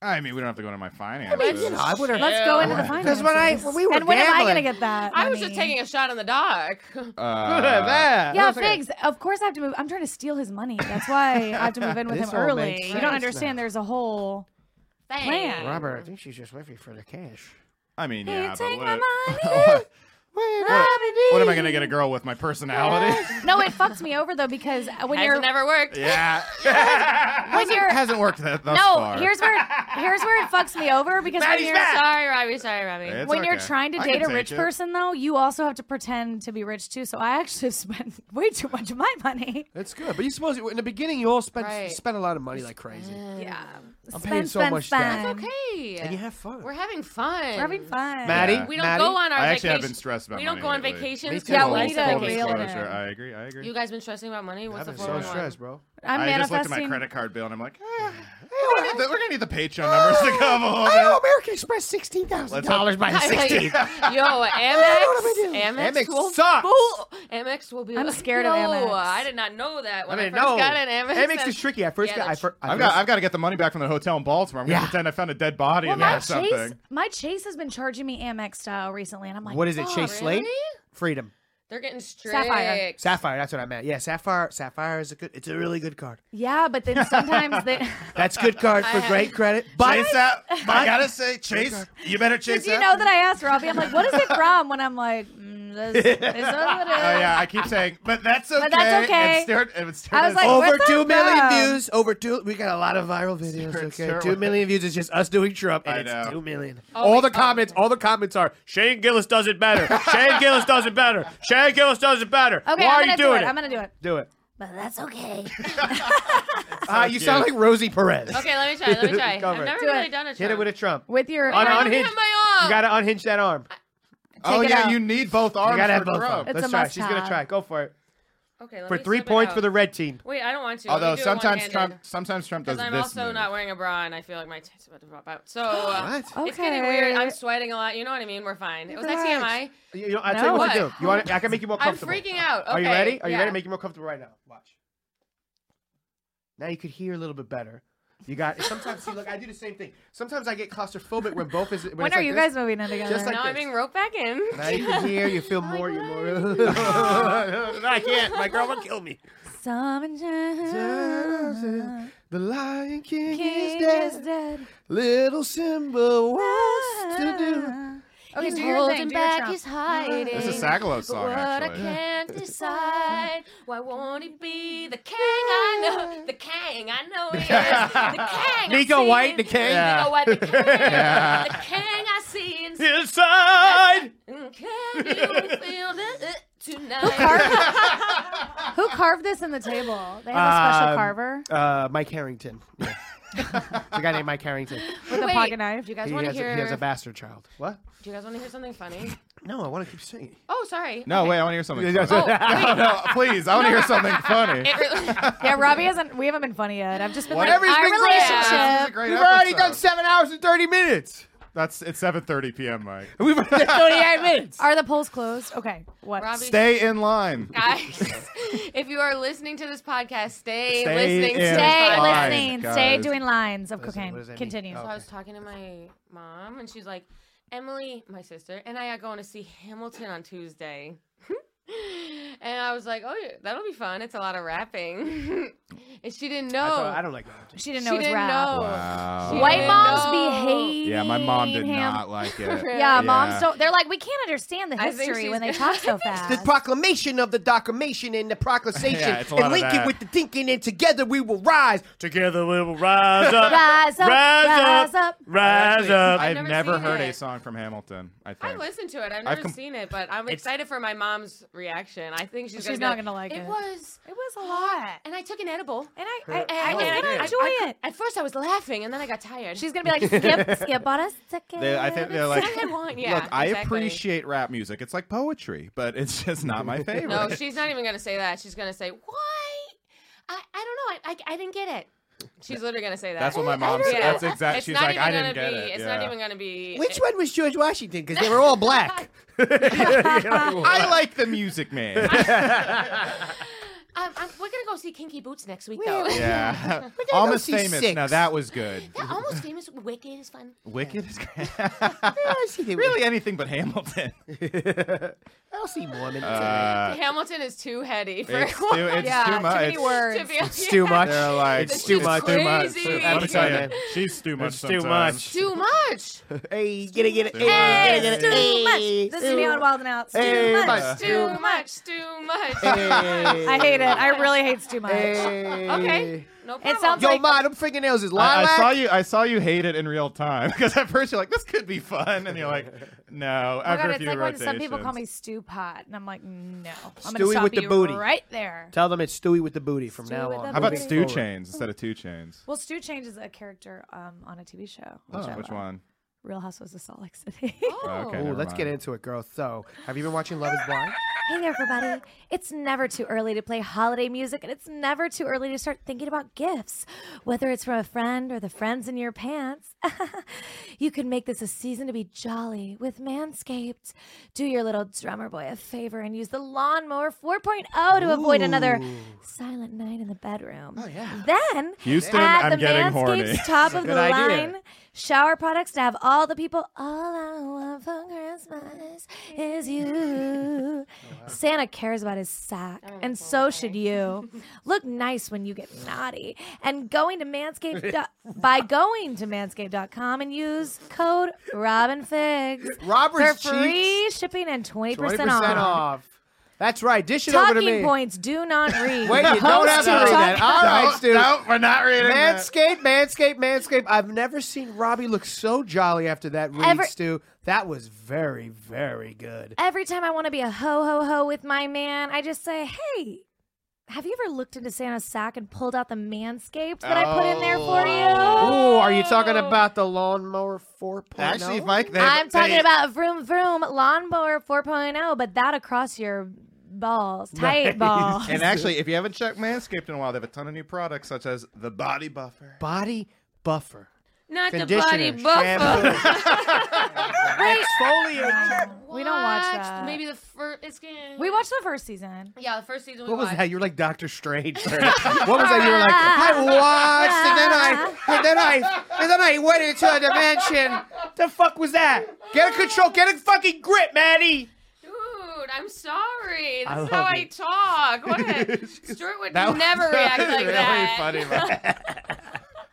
I mean, we don't have to go into my finances. I mean, you know, I would have. Let's go into the Yeah. finances. Because when I when we were and when am I gambling, gonna get that? I was just money? taking a shot in the dark. Uh, Yeah, figs. Of course, I have to move. I'm trying to steal his money. That's why I have to move in with This him all early. makes You sense don't understand. now. There's a whole. Thanks. Robert, I think she's just with you for the cash. I mean, Hey, yeah, take but my what, money. what, what am I gonna get a girl with my personality? no, it fucks me over though because when Has you're never worked. yeah, when you're hasn't worked that thus no, far. here's where here's where it fucks me over because when you're Sorry, Robbie. Sorry, Robbie. It's when you're okay. trying to I date can a take rich it. person though, you also have to pretend to be rich too. So I actually have spent way too much of my money. That's good. But you suppose in the beginning you all spent Right. spent a lot of money like crazy, Yeah, I'm spend, paying so spend, much spend. debt. It's okay. and you have fun. We're having fun. We're having fun. Maddie, Yeah. We don't Maddie? go on our I actually vacation. have been stressed about We don't money go on lately. Me vacations. too. Yeah, we we like need to to Full Full reel it disclosure, in. I agree. I agree. You guys been stressing about money? What's I've the been four so stressed, bro. I'm I just looked at manifesting. my credit card bill and I'm like, eh, we're, gonna need the, we're gonna need the Patreon numbers to come Oh, I over. owe American Express sixteen thousand dollars by the Yo, sixteenth. Amex, am I Amex, doing? Amex will sucks. fool- Amex will be. I'm like, scared of no, Amex. I did not know that when I, mean, first no. got an Amex. Amex and- is tricky. I first Yeah, got. I that's- fir- I I've first, got I've got to get the money back from the hotel in Baltimore. I'm gonna Yeah. pretend I found a dead body Well, in there my or something. Chase, my Chase has been charging me Amex style recently, and I'm like, what is it? Oh, "Fuck." Chase Slate, really? Freedom, They're getting strict. Sapphire. Sapphire. That's what I meant. Yeah, Sapphire. Sapphire is a good. It's a really good card. Yeah, but then sometimes they. That's good card for great credit. But Chase out. I gotta say, Chase, you better chase Did you out. know that I asked Robbie? I'm like, what is it from? When I'm like, mm, this, this is what it is. Oh yeah, I keep saying, but that's okay. But that's okay. It's turned- it's I was turned- like, oh, over what's two up, million bro? views. Over two. We got a lot of viral videos. Sure, okay, sure. two million views is just us doing Trump, and I it's know. two million. my all the God. comments. All the comments are Shane Gillis does it better. Shane Gillis does it better. Shane Gillis does it better. Okay, Why are I'm gonna you do doing it. I'm gonna do it. do it. But that's okay. Ah, you sound like Rosie Perez. Okay, let me try. Let me try. Cover I've it. never Do really it. done a. Hit it with a Trump. With your On- I on don't hit. have my You arm. gotta unhinge that arm. oh it yeah, out. you need both arms You gotta for have both. Trump. arms. It's Let's a try. must She's gonna have. try. Go for it. Okay, let For me three slip it points out. for the red team. Wait, I don't want to. Although sometimes Trump, sometimes Trump does Because I'm this also move. not wearing a bra, and I feel like my tits about to drop out. So uh, Okay. it's getting weird. I'm sweating a lot. You know what I mean? We're fine. Was that TMI? Relax. You, you know, I'll tell you what to No. do. You want? I can make you more I'm comfortable. freaking out. Are you Okay, ready? Are you yeah. ready? Make you more comfortable right now. Watch. Now you could hear a little bit better. You got. Sometimes see, look, I do the same thing. Sometimes I get claustrophobic when both is. When, When it's are like you this. guys moving in together? Just like Now I'm this. being roped back in. Now you can hear. You Oh feel more. You're more. I can't. My girl will kill me. Summertime. The Lion King, King is dead. is dead. Little Simba wants to do. Ah. Okay, He's do your holding thing. Do your back, Trump. he's hiding. It's a Sagalo But song, what actually. I can't decide, why won't he be the king I know? The king I know he is. The king Nico I see White, in- the king? Nico White, the king. Yeah. The king I see in mm, Inside. Can you feel it tonight? Carve- Who carved this in the table? They have a special Um, carver Uh, Mike Harrington. Yeah. the guy named Mike Harrington. with a wait. pocket knife. Do you guys He want to has, a, hear? he has a bastard child. What? do you guys want to hear something funny? No, I want to keep singing. Oh, sorry. No, wait, I want to hear something. Yeah, funny. that's- no, no, please, I want to hear something funny. It really- Yeah, Robbie hasn't. We haven't been funny yet. I've just been Whatever like he's our been saying. This is a relationship. great We've already episode. done seven hours and thirty minutes. That's it's 7:30 p.m. Mike. We've already done thirty-eight minutes. Are the polls closed? Okay. What? Robbie, Stay in line. guys, if you are listening to this podcast, stay, Stay listening. in to this stay line, podcast. listening. guys. Stay doing lines of Listen, what cocaine. does that mean? Continue. Oh. So I was talking to my mom, and she's like, Emily, my sister, and I are going to see Hamilton on Tuesday. and I was like, oh, yeah, that'll be fun. It's a lot of rapping. and she didn't know. Oh. I, thought- I don't like. Hamilton. She didn't know she it was didn't rap. know. Wow. She White didn't moms know. be hating. Yeah, my mom did him. not like it. Yeah, Yeah. moms don't. They're like, we can't understand the I think history when they she's- talk so The fast. proclamation of the doclamation and the proclamation, Yeah, it's a lot and of link it that. with the thinking, and together we will rise. Together we will rise up. Rise up, rise up. Rise up. I've, never never seen heard it. a song from Hamilton. I think. I've listened to it. I've never com- seen it, but I'm excited for my mom's reaction. I think she's, She's gonna not be gonna like it. It was, It was a lot. and I took an edible. And I, I, And I, I, was and gonna I- enjoy I- it. At first, I was laughing, and then I got tired. She's gonna be like, skip, skip on us. They- I think they're like, I had one. Yeah. Look, I exactly. appreciate rap music. It's like poetry, but it's just not my favorite. No, she's not even gonna say that. She's gonna say, "Why? I, I don't know. I, I, I didn't get it." She's literally gonna say that. That's what my mom don't said. know. That's exactly. It's She's not like, even I didn't gonna get be, it. It's yeah. not even gonna be. Which one was George Washington? Because they were all black. I like the music, man. Um, I'm, we're gonna go see Kinky Boots next week though. Yeah. go Almost see famous. Six. Now that was good. Yeah, almost famous. Wicked is fun. Wicked is great. really? really anything but Hamilton. I'll see Mormon. Uh, Hamilton is too heady for it's too, it's yeah, too much. many words. to be honest. it's too much. They're like, It's too much. Too much. Crazy. Let me I'm tell sorry, you, man. She's too much. it's too sometimes. much. Too much. hey, get it, get it. Too Hey, get it, get it. much. Too Hey. much. This is me on Wild and Out. It's Hey, Too much. much. Too much. Too much. Hey. I hate it. I really hate too much. Hey. Okay. No problem. sounds Yo, like- Ma, them fingernails is I, lilac. I saw you. I saw you hate it in real time because at first you're like, "This could be fun," and you're like, "No." Oh my after God, a it's few like when rotations, some people call me stew pot, and I'm like, no, I'm gonna Stewie stop with the you booty. right there. Tell them it's Stewie with the booty from Stewie now with on. the How about Moving Stew forward. Chains instead of Two Chains? Well, Stu changes a character um, on a TV show. Oh. Which, I Which love. one? Real Housewives of Salt Lake City. Okay, Ooh, never let's get mind. into it, girl. So, have you been watching Love Is Blind? Hey there, everybody. It's never too early to play holiday music, and it's never too early to start thinking about gifts, whether it's from a friend or the friends in your pants. you can make this a season to be jolly with Manscaped. Do your little drummer boy a favor and use the Lawnmower 4.0 to avoid another Ooh. silent night in the bedroom. Oh, yeah. Then, Houston, at I'm the getting Manscaped's horny. top of Good the idea. line shower products to have all the people all I want for Christmas is you. Santa cares about his sack, and so should you. Look nice when you get naughty. And going to Manscaped do- by going to manscaped.com and use code RobinFigs for Robert's cheeks. free shipping and 20%, 20% off. off. That's right. Dish it over to me. Talking points do not read. Wait, you don't Post have to to read talk- that. All right, Stu. No, we're not reading that. Manscaped, Manscaped, Manscaped. I've never seen Robbie look so jolly after that read, Ever- Stu. That was very, very good. every time I want to be a ho ho ho with my man, I just say, hey, have you ever looked into Santa's sack and pulled out the manscaped that I put in there for Oh. Ooh, you? are you talking about the lawnmower oh? 4.0? Actually, Mike, they, I'm talking they- about vroom vroom lawnmower 4.0, but that across your balls, tight balls. And actually, if you haven't checked Manscaped in a while, they have a ton of new products such as the Body Buffer. body buffer, Not the body conditioner, buffer. exfoliator. We don't watch Watched that. Maybe the first. It's gonna. we watched the first season. Yeah, the first season we What was watched. that? You were like Doctor Strange. what was that? You were like, I watched, and then I, and then I, and then I went into a dimension. The fuck was that? Get a control. Get a fucking grip, Maddie. Dude, I'm sorry. I This love is how I it. talk. What a, Stuart would That was never react like really that. funny, Mike.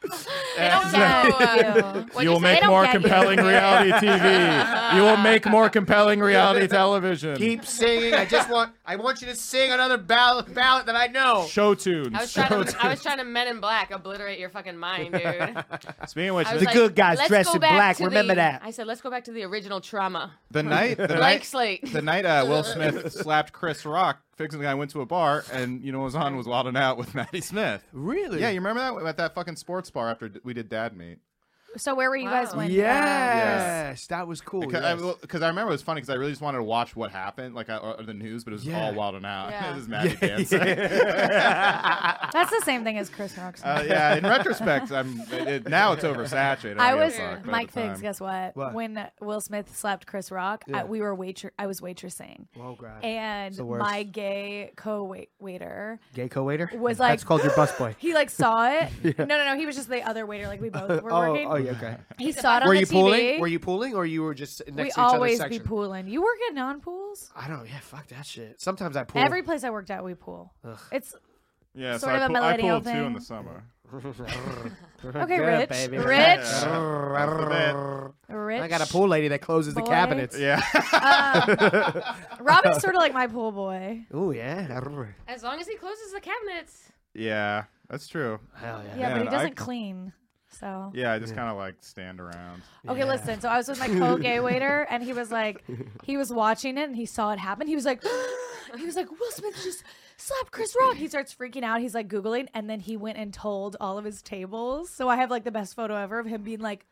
So, uh, You will what'd you make say? more get you. compelling reality TV. You will make more compelling reality television. Keep singing. I just want, I want you to sing another ballad, ballad that I know. show tunes. I was trying to, I was trying to Men in Black obliterate your fucking mind, dude. I Speaking of which, was The like, good guys "Let's dressed go in back black, to remember the-" that. I said, let's go back to the original trauma. The night, the Blank night, slate. the night uh, Will Smith slapped Chris Rock, fixing the guy went to a bar, and you know what was on was Wildin' Out with Maddie Smith. Really? Yeah, you remember that at that fucking sports bar after d- we did Dad Meet? So where were you Wow. guys when? uh, Yes, that was cool. Because yes. I, well, 'cause I remember it was funny because I really just wanted to watch what happened, like I, or the news, but it was Yeah. all Wildin' Out. Yeah. this is Maddie dancing. That's the same thing as Chris Rock's. Uh, yeah, in retrospect, I'm it, it- now it's oversaturated. I don't give was a fuck, but at Mike the time- Figs. Guess what? What? When Will Smith slapped Chris Rock, I, Yeah. we were waitre- I was waitressing, Oh god. and the worst. my gay co waiter Gay co-waiter That's was like, called your busboy. He like saw it. No, no, no. He was just the other waiter. Like we both were oh, working. oh, yeah, okay. He saw it on Were the you TV. pooling? Were you pooling, or you were just next to we each always other's be section? pooling. You work at non pools? I don't. Yeah, fuck that shit. Sometimes I pool. Every place I worked at, we pool. It's Yeah, so Sort I of a pull- I millennial pulled two in thing. the summer. okay, Good, Rich, baby. Rich, That's I Rich. got a pool lady that closes the Boy. cabinets. Yeah. Robin's sort of like my pool boy. Oh yeah. Hell As long as he closes the cabinets. yeah, that's true. Yeah, yeah. but he Man, I- doesn't clean. So Yeah, I just kind of like stand around. okay, listen. So I was with my co-gay waiter, and he was like, he was watching it, and he saw it happen. He was like, he was like, Will Smith just slapped Chris Rock. He starts freaking out. He's like googling, and then he went and told all of his tables. So I have like the best photo ever of him being like.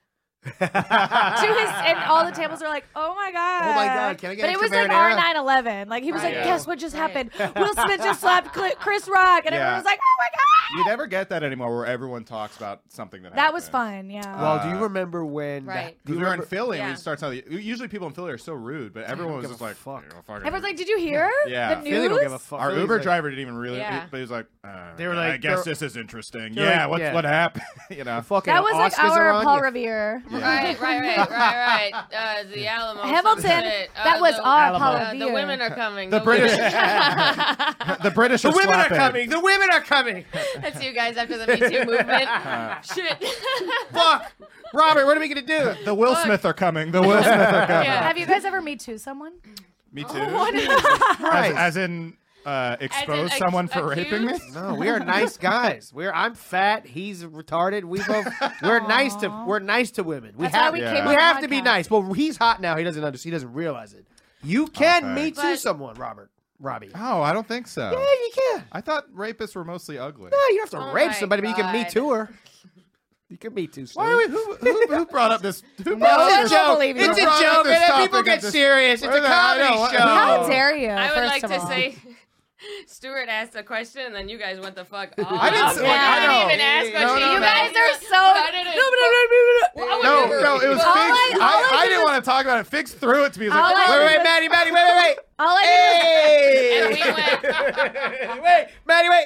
to his and all the tables are like, oh my god, Oh my God, can I get But extra it was like marinara? our 9/11. Like he was Right. like, guess what just Right. happened? Will Smith just slapped Cl- Chris Rock, and Yeah. everyone was like, oh my god. You never get that anymore, where everyone talks about something that. That was fun. happened. Yeah. Uh, Well, Well, Well, do you remember when? Right. Do Because you we were in remember? Philly and Yeah. we start telling. Usually people in Philly are so rude, but everyone was give just a like, fuck. "Yeah, fucking- Everyone's like, did you hear Yeah. the news? Philly don't give a fuck. Our Philly's Uber like- driver didn't even really. Yeah. But he was like, uh, They were I like- guess they this is interesting. they were Yeah, like, what yeah. what happened? you know, Fucking that was like Oscars our are on Paul you. Revere. Right, right, right, right, right. Uh, the Alamo. some Hamilton, shit. Uh, that was the- our Alamo. Paul Uh, the Revere. women are coming. The British- the British. The women are coming. The women are coming. That's you guys after the Me Too movement. Shit. Fuck, Robert. What are we gonna do? The Will Fuck. Smith are coming. The Will Smith are coming. Yeah. Have you guys ever Me Too someone? Me too. Christ. As, as in, uh, expose ex- someone for accused? raping me. No, we are nice guys. We're I'm fat. He's retarded. We both we're nice to we're nice to women. We That's why have we Yeah. came. we on the have to be podcast. nice. Well, he's hot now. He doesn't understand. He doesn't realize it. You can Okay. me too But- someone, Robert, Robbie. Yeah, Oh, I don't think so. you can. I thought rapists were mostly ugly. No, you don't have to Oh rape my somebody, but you can me God. too her. You can me too. Why are we, who, who, who brought up this? Who brought No, up it's this a joke. believe you. It's a Who brought up joke, this and then topic people of get this- serious. It's a Where the- I comedy know, what- show. How dare you? Oh. I would first like of to all. say, Stuart asked a question and then you guys went the fuck off. I didn't say- Yeah, I I know. didn't even ask No, what no, she- no. You guys are so. I didn't- No, but- No, no, it was Fix. All I- I, all I, I did didn't was- want to talk about it. Fix threw it to me. He was All Like, I Wait, did wait, was- Maddie, Maddie, wait, wait, All I did was wait. And we went, Wait, Maddie, wait.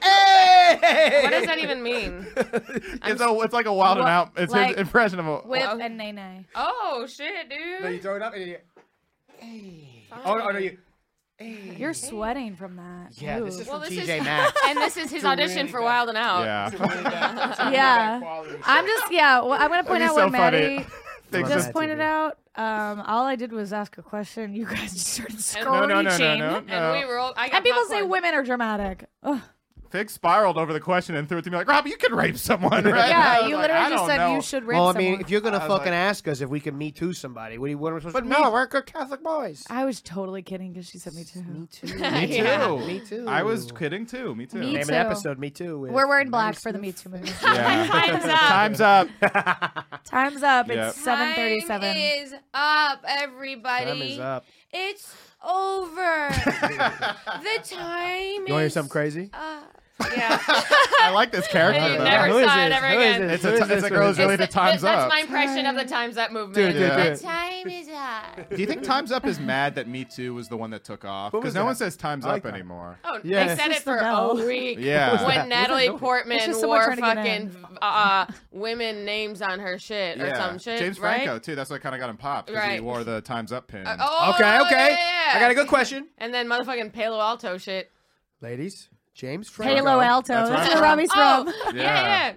Hey! what does that even mean? it's, a, it's like a wild and Wha- out. It's like- his impression of a. whip and nay nay. Oh, shit, No, you dude. throw it up and you. Hey. Oh, no, oh, no, you. You're sweating from that. Yeah, this Ooh. is Well, from this is- TJ Maxx. And this is his audition for Wild and Out. yeah. yeah. I'm just yeah. Well, I'm gonna point That'd out what be so funny. Maddie Fix just just. That's pointed okay. out. Um, all all I did was ask a question. You guys just started screeching. No, no, no, no, no, And we no. rolled. I got And people say popcorn. women are dramatic. Ugh. Fix spiraled over the question and threw it to me like, Rob, you could rape someone, right? And I Yeah, was you like, literally I just don't said know. you should rape Well, I someone. mean, if you're gonna I was like- fucking ask us if we can me too somebody, what do you what are we supposed to? But no, me- we're good Catholic boys. I was totally kidding because she said me too. Me too. Me too. Yeah. Me too. I was kidding too. Me too. Me Name too. an episode. Me too. with We're wearing black Maddie for the Smith. Me Too movement. Yeah. Time's up. Time's up. Times up. Yeah. It's seven Time thirty-seven. is up, everybody. Time is up. It's over. the time You want to hear is something crazy? up. Yeah. I like this character. I though. never Who is saw it this? ever Who is again. this? It's Who is a, it's this? a girl's really the It's time's that's up. my impression of the time's up movement. Dude, dude, Yeah. dude. The time is up. Do you think Times Up is mad that Me Too was the one that took off? What was Because no that? one says Times I like Up that. anymore. Oh, Yeah. they said it Sister for Belle. a week. Yeah. What was that? When Natalie Portman just someone wore trying to get fucking uh, women names on her shit or yeah. some shit. James right? Franco too. That's what kind of got him popped because he Right. wore the Times Up pin. Oh, Okay, okay. yeah. I got a good question. And then motherfucking Palo Alto shit. Ladies, James Franco. Palo Alto. That's That's, right. where Robbie's Oh, from. yeah. yeah,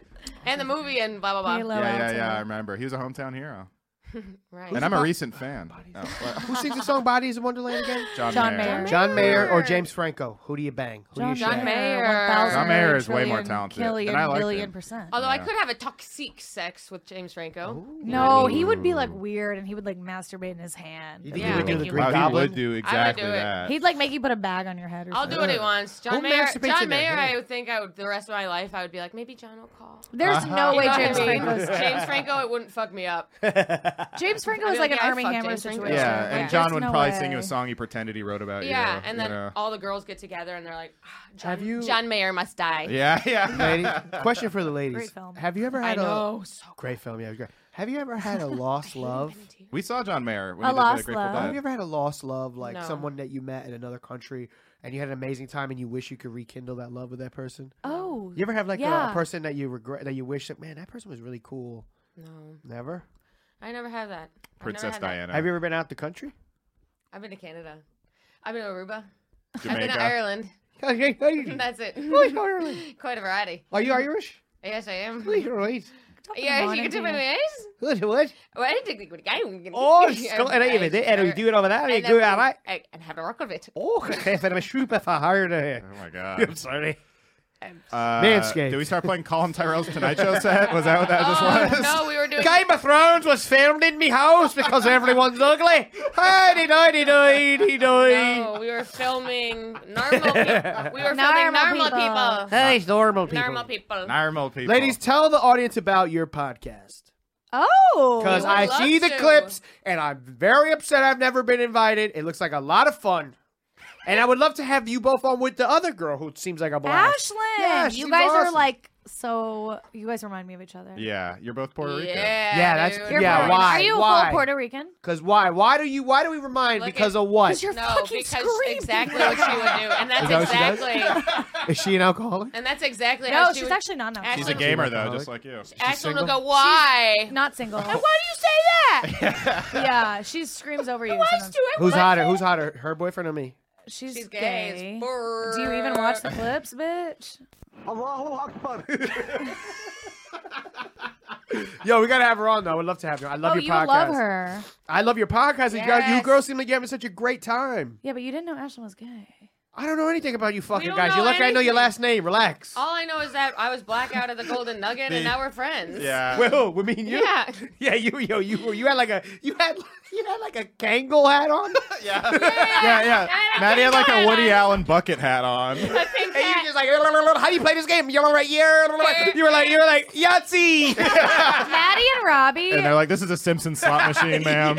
And the movie and blah blah blah. Palo yeah, yeah, Alto. yeah. I remember. He was a hometown hero, Right. and I'm a recent fan. Oh, what? Who sings the song "Bodies in Wonderland" again? John, John Mayer. Mayer. John Mayer or James Franco? Who do you bang? Who do you John shag? Mayer. John Mayer is way more talented, Killian, and I like billion him. percent. Although I Yeah. could have a toxic sex with James Franco. Oh, No, he would be like weird and he would like masturbate in his hand. You He'd, think Yeah, he would do thank the you. Green Wow, he Goblin? would do exactly it. that. like make you put a bag on your head or I'll do something. what he wants. John Who Mayer. masturbates John in their Mayer. head? I would think I would the rest of my life. I would be like, maybe John will call. There's no Uh-huh. way You know what Oh, James I mean? Franco's James Franco. It wouldn't fuck me up. James Franco I'd was be like an like, yeah, I Army fucked Hammer James Franco. situation. yeah, Yeah, and Like, John there's would no probably way. sing you a song he pretended he wrote about you. Yeah, and then you know. all the girls get together and they're like, "Ah, John, Have you- John Mayer must die. yeah, Ladies, yeah. question for the ladies. Great film. Have you ever I had a know. Oh, So great film? Yeah, it was great. Have you ever had a lost love? we saw John Mayer when A he did the Lost Grateful Love. Have you Dead. ever had a lost love, like No. someone that you met in another country and you had an amazing time and you wish you could rekindle that love with that person? Oh, You ever have like a- a, Yeah. person that you regret that you wish that man that person was really cool? no, Never. I never had that. I've never Princess had that. Diana. Have you ever been out the country? I've been to Canada. I've been to Aruba. I've been to Jamaica. Ireland. Are That's it. Ireland. Quite a variety. you Irish? Yes, I am. Right. Yeah, you can do my ways. What? What? Well, I didn't think we Oh, and I even did, and we do it over there. You go all right. And have a rock of it. Oh, if I'm a super for hire here. Oh my I'm God. sorry. Uh, Manscaped. Did we start playing Colin Tyrell's Tonight Show set? Was that what that just Oh, was? no, we were doing. Game of Thrones was filmed in me house because everyone's ugly. Hidey, hidey, hidey, No, we were filming normal. People. We were filming Normal normal people. Hey, it's normal people. Normal people. Normal people. Ladies, tell the audience about your podcast. oh, Because We I would see love the to. clips and I'm very upset I've never been invited. It looks like a lot of fun. And I would love to have you both on with the other girl who seems like a blast. Ashlyn, Yeah, she's you guys are awesome. like so. You guys remind me of each other. Yeah, you're both Puerto Rican. Yeah, Yeah, that's- dude. You're Yeah, Puerto Rican. why? Are you a Why? full Puerto Rican? Because why? Why do you? Why do we remind? Look because at- of what? Because you're No, fucking because screaming. exactly what she would do, and that's Is that what she does? exactly, Is she an alcoholic? and that's exactly No, how she she's would. actually not. Ashlyn- She's a She's gamer an though, just like you. Ashlyn single? will go, why? Not single. Why do you say that? yeah, she screams over you. Why, sometimes. Stuart? Who's Why- hotter? Who's hotter? Her boyfriend or me? She's, She's gay. gay. as Do you even watch the clips, bitch? Yo, we gotta have her on though. I would love to have her. I love oh, your you podcast. love her. I love your podcast. You, guys, you Yes. girls seem like you're having such a great time. Yeah, but you didn't know Ashlyn was gay. I don't know anything about you fucking don't guys. know You're lucky I know your anything. last name. Relax. All I know is that I was black out of the Golden Nugget, The- and now we're friends. Yeah. Well, we mean you. Yeah. Yeah, you, yo, you, you had like a, you had, you had like a Kangol hat on. yeah. Yeah, yeah, yeah. Maddie had like a Woody Allen bucket hat on. I think And that- you just like, how do you play this game? You were like, yeah. You were like, you were like, Yahtzee. Maddie and Robbie. And they're like, this is a Simpson slot machine, ma'am.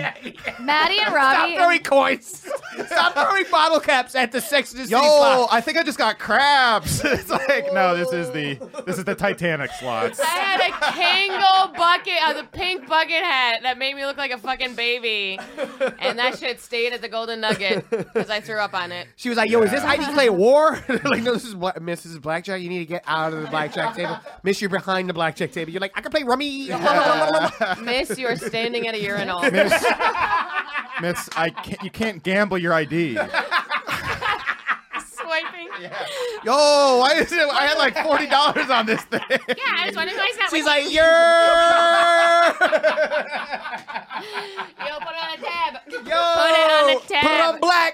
Maddie and Stop Robbie. throwing coins. Stop throwing bottle caps at the Sex and the City slot. I think I just got crabs. it's like, no, this is the this is the Titanic slots. I had a Kangol bucket, uh, the pink bucket hat that made me look like a fucking baby, and that shit stayed at the Golden Nugget because I threw up on it. She was like, "Yo, is this Yeah. Heidi Clay War?" like, no, this is what, Miss. This is blackjack. You need to get out of the blackjack table. Miss, you're behind the blackjack table. You're like, I can play rummy. Miss, you are standing at a urinal. Miss, I can't, you can't gamble your ID. swiping. Yeah. Yo, why is it? I had like forty dollars on this thing. I just wondering why he's not. She's She's like, "Yo, like, yo, put it on a tab. yo, on the Put it tab. on black."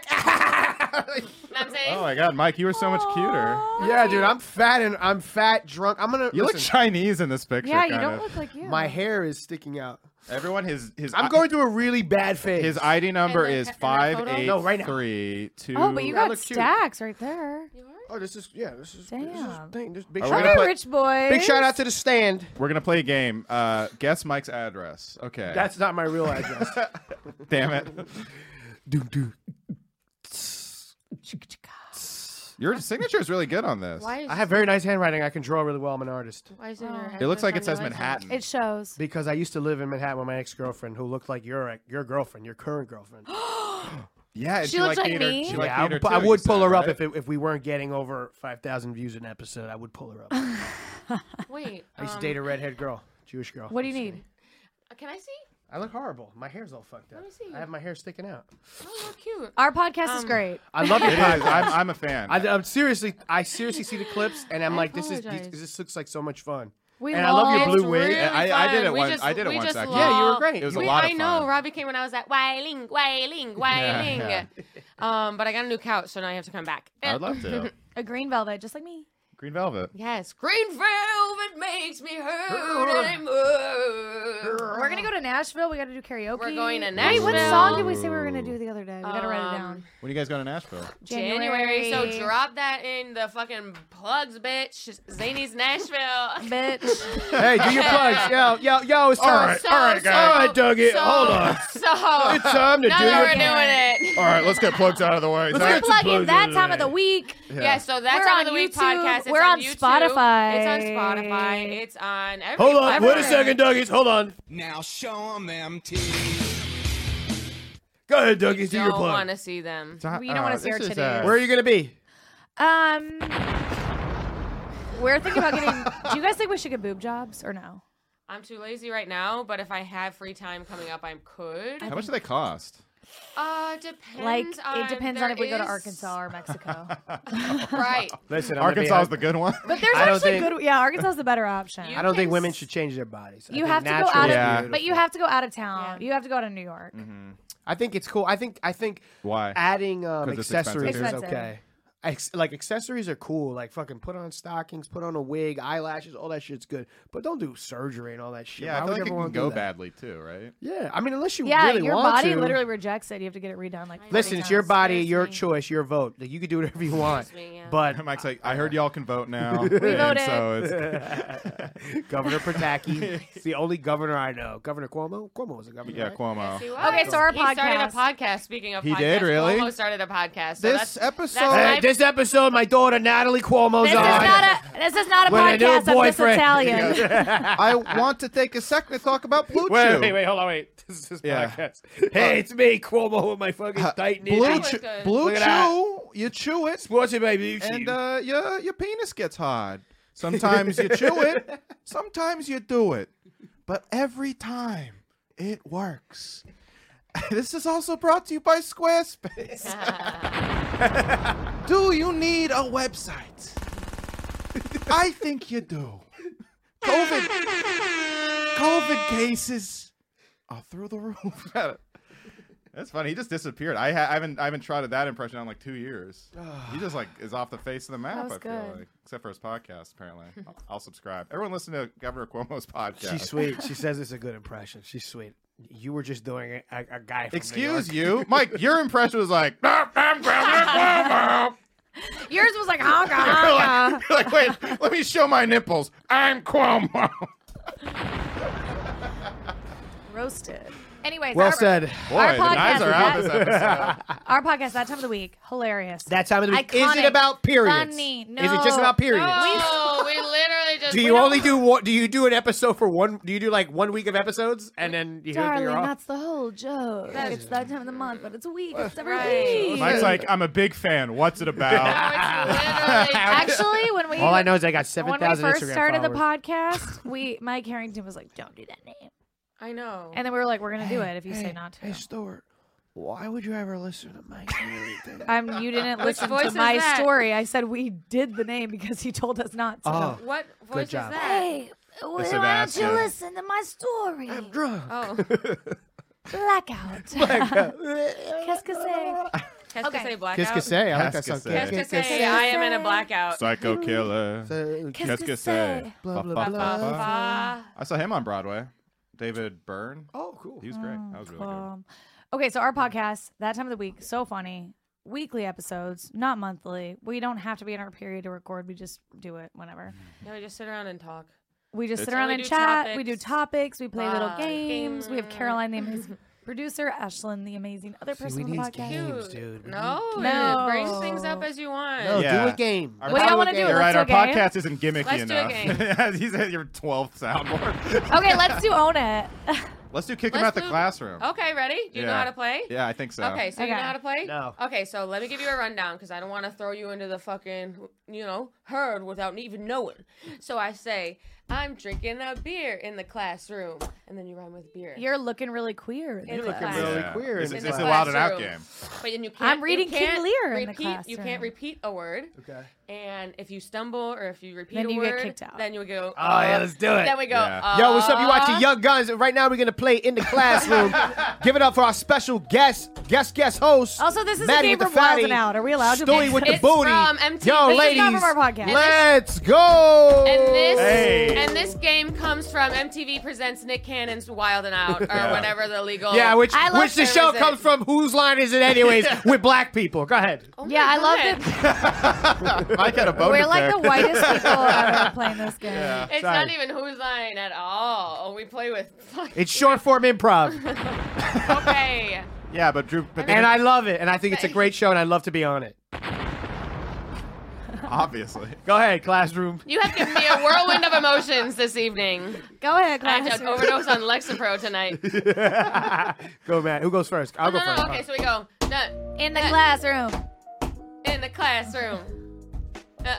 You know what I'm saying. Oh my god, Mike, you were so much cuter. yeah, dude, I'm fat and I'm fat drunk. I'm gonna. You look listen, Chinese in this picture. yeah, you kinda. don't look like you. my hair is sticking out. Everyone, his his. I'm going through a really bad phase. His ID number And the- is and the five photo? eight No, right now. three two. oh, but you I got look cute. stacks right there. Oh, this is yeah. This is this is Damn. thing. This big Are we shout gonna out. play- Rich boy. Big shout out to the stand. We're gonna play a game. Uh, guess Mike's address. Okay. That's not my real address. damn it. do do. Your signature is really good on this. Why is I have very nice handwriting. I can draw really well. I'm an artist. why is it in your It address looks like on it says your license? Manhattan. It shows. Because I used to live in Manhattan with my ex girlfriend, who looked like your ex- your girlfriend, your current girlfriend. yeah, and She she, looks liked like theater. me. She Yeah, liked yeah, I, theater pu- I too, would you pull said, her up right? if it, if we weren't getting over five thousand views an episode. I would pull her up. I Wait. used um, to date a redhead girl, Jewish girl. What do you need? Can I see? I look horrible. My hair's all fucked up. me see. I have my hair sticking out. Oh, you're cute. Our podcast is Um, great. I love your It is. podcast. I'm, I'm a fan. I, am seriously, I seriously see the clips, and I'm I like, this is apologize. these- this looks like so much fun. We and I love love your blue It's wig. really I- I did fun. it We once- just- I did it we once, just actually. Yeah, you were love- great. It was a we- lot of I know. fun. Robbie came when I was at Wailing, Wailing, Wailing. yeah. Um, but I got a new couch, so now I have to come back. I'd love to. A green velvet, just like me. Green Velvet. Yes, green velvet makes me hurt anymore. We're gonna go to Nashville. We got to do karaoke. We're going to Wait, Nashville. what song did we say we were gonna do the other day? We gotta write it down. Um, When are you guys going to Nashville? January. January. So drop that in the fucking plugs, bitch. Zany's Nashville. Bitch, Hey, do your plugs, yo, yo, yo. It's time. right. All right, guys. All right, Dougie, hold on. So It's time to now do that your we're doing it. All right, let's get plugs out of the way. we're plugging that time of the week. Yeah. so that's We're on on the week YouTube. podcast. It's We're on YouTube. Spotify. It's on Spotify. It's on every Hold on. Wait a platform. second, Dougies. Hold on. Now show 'em them titties. Go ahead, Dougies. Do your Don't plug. want to see them. Ti- We don't wanna see this our is, uh, titties. Where are you gonna be? Um, we're thinking about getting. Do you guys think we should get boob jobs or no? I'm too lazy right now, but if I have free time coming up, I could. How much do they cost? Uh, depends. Like on, it depends there on if we go to is- Arkansas or Mexico. Right. Listen, I'm gonna be- Arkansas is the good one. But there's I don't actually think- good. Yeah, Arkansas is the better option. I don't think can women s- should change their bodies. I You think have to go natural out is of- Yeah. beautiful. But you have to go out of town. Yeah. You have to go to New York. Mm-hmm. I think it's cool. I think I think Why? adding um, 'Cause it's accessories is expensive. okay. ex- like accessories are cool. Like fucking put on stockings, put on a wig, eyelashes, all that shit's good. But don't do surgery and all that shit. Yeah, Why I feel would like it everyone can do go that? badly too, right? Yeah, I mean unless you Yeah, really your want body to. literally rejects it. You have to get it redone. Like, Listen, forty it's your times. body, Excuse your me. choice, your vote. Like, you can do whatever you want, Excuse me, yeah. but Mike's like, I heard y'all can vote now. we voted. So it's, Governor Pataki, it's the only governor I know. Governor Cuomo, Cuomo was a governor. yeah, right? Cuomo. See what? Okay, so our he started a podcast. podcast. Speaking of, uh, He podcasts, did, really? Cuomo started a podcast. So This that's, episode- that's Hey, my- this episode, my daughter Natalie Cuomo's This is on. not a this is not a With a new podcast. I'm just boyfriend. Italian. I want to take a second to talk about Blue Wait, Chew. wait, wait, hold on, wait. This is his Yeah. podcast. Hey, it's me, Cuomo, with my fucking Uh, Titan. Blue, That chew, was good. blue Look at that. chew, you chew it, Sponsored by Blue Chew. and uh, your your penis gets hard. Sometimes you chew it, sometimes you do it, but every time it works. This is also brought to you by Squarespace. do you need a website? I think you do. COVID, COVID cases are through the roof. That's funny. He just disappeared. I, ha- I haven't I haven't trotted that impression out in like two years. he just like is off the face of the map. I was feel good. like, except for his podcast. Apparently, I'll, I'll subscribe. Everyone listen to Governor Cuomo's podcast. She's sweet. She says it's a good impression. She's sweet. You were just doing it. A, a guy. From Excuse New York. you, Mike. Your impression was like, "Nah, I'm Governor Cuomo." Yours was like honka honka. You're like, you're like, wait, let me show my nipples. I'm Cuomo. roasted. Anyways, Well our, said. Boy, Our the knives podcast are out is this episode. our podcast that time of the week, hilarious. That time of the week. Is it Iconic. about periods? Funny. Is it just No. about periods? No, Oh, we literally just. Do you only do one? Do you do an episode for one? Do you do like one week of episodes and then you Darling, you're off? that's the whole joke. it's that time of the month, but it's a week. It's every Right. week. Mike's like, I'm a big fan. What's it No, about? it's literally. Actually, when we All I know is I got when seven we thousand first Instagram started the followers. podcast, we Mike Harrington was like, "Don't do that name," I know. and then we were like, "We're gonna do it if you say not to." Stuart, why would you ever listen to Mike? I'm, Um, you didn't listen voice to is my that? story. I said we did the name because he told us not to. oh, what voice is job. that? Hey, why don't Sebastian. you listen to my story? drunk. Oh, Blackout. Qu'est-ce que c'est? Kes Okay. say blackout. Kiss say. I like that Kiss song. Kiss Kes Kes say Kesey. I am in a blackout. Psycho killer. Kiss- Qu'est-ce que c'est? Blah, blah, Ba, ba, blah. ba. I saw him on Broadway. David Byrne. Oh, cool. He was great. That was really good. Um, okay, so our podcast, that time of the week, so funny. Weekly episodes, not monthly. We don't have to be in our period to record. We just do it whenever. Yeah, we just sit around and talk. We just sit It's- around And we and Mm-hmm. do chat. We do topics. topics. We play little Bye. games. We have Game. Caroline, the amazing producer, Ashlyn, the amazing other person we on the need podcast. games. Games, Dude, dude. No, No. bring things up as you want. No, Yeah. do a game. Our What do pod- y'all want to do? You're right. Let's Our do a game. podcast isn't gimmicky Let's do a enough. He's at your 12th soundboard. Okay, let's do own it. Let's do kick him Let's out the do- classroom. Okay, ready? Do you know Yeah. how to play? Yeah, I think so. Okay, so you know Okay. how to play? No. Okay, so let me give you a rundown because I don't want to throw you into the fucking, you know, herd without even knowing. So I say, I'm drinking a beer in the classroom. And then you rhyme with beer. You're looking really queer. in the looking class. really queer It's, in it's, the it's a class. loud and out Classroom. game. But then you can't. I'm reading you King can't Lear in the repeat, You classroom. can't repeat a word. Okay. And if you stumble or if you repeat Then a you word, get kicked out. then you go. "Uh," Oh, yeah, let's do it. Then we go. Yeah. Yo, what's up? You watching Uh-huh. uh, Young Guns? Right now, we're gonna play in the classroom. Give it up for our special guest, guest, guest host. Also, this is a Maddie game with the from Wild fatty, and Out. Are we allowed to Stewie make- with the It's booty. from MTV. Yo, This is not ladies, from our podcast. And this- let's go. And this Hey. and this game comes from MTV presents Nick Cannon's Wild and Out or whatever the legal. yeah, which I love which the show service. comes from. Whose line is it, anyways? with black people. Go ahead. Oh my Yeah, I love God. that Mike had a bone we're to like pick. the whitest people ever playing this game. It's Sorry. not even whose line at all. Oh, we play with. It's short form improv, okay. Yeah, but Drew. But and I love it, and I think it's a great show, and I'd love to be on it. obviously. Go ahead, classroom. You have given me a whirlwind of emotions this evening. Go ahead, I have to classroom. overdose on Lexapro tonight. No, Go, Matt. Who goes first? I'll go no, first. okay, so we go. No, In the classroom. in the classroom. Uh,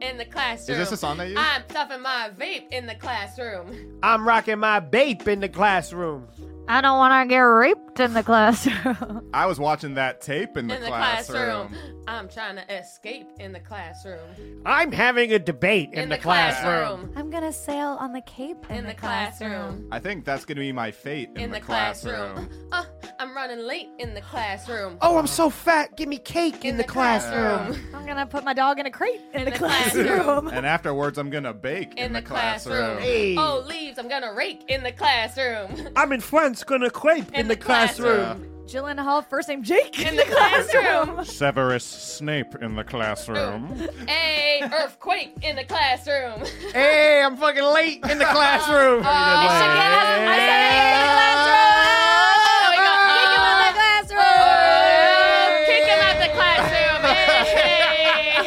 in the classroom. Is this a song they use? I'm stuffing my vape in the classroom. I'm rocking my bape in the classroom. I don't want to get raped in the classroom. I was watching that tape in the, in the classroom. I'm trying to escape in the classroom. I'm having a debate in, the, classroom. I'm gonna sail on the Cape in, In the classroom. I think that's gonna be my fate in, In the classroom. Uh, I'm running late in the classroom. Oh, I'm so fat. Give me cake in, the, classroom. I'm gonna put my dog in a crate in, the, the classroom. classroom. And afterwards, I'm gonna bake in, In the classroom. Hey. Oh, leaves, I'm gonna rake in the classroom. I'm in France gonna crepe In the classroom. Gyllenhaal, first name Jake. In the classroom. Severus Snape in the Oh. classroom. A earthquake in the classroom. Hey, I'm fucking late in the classroom. Uh, Ah. Oh, Kick him out the classroom.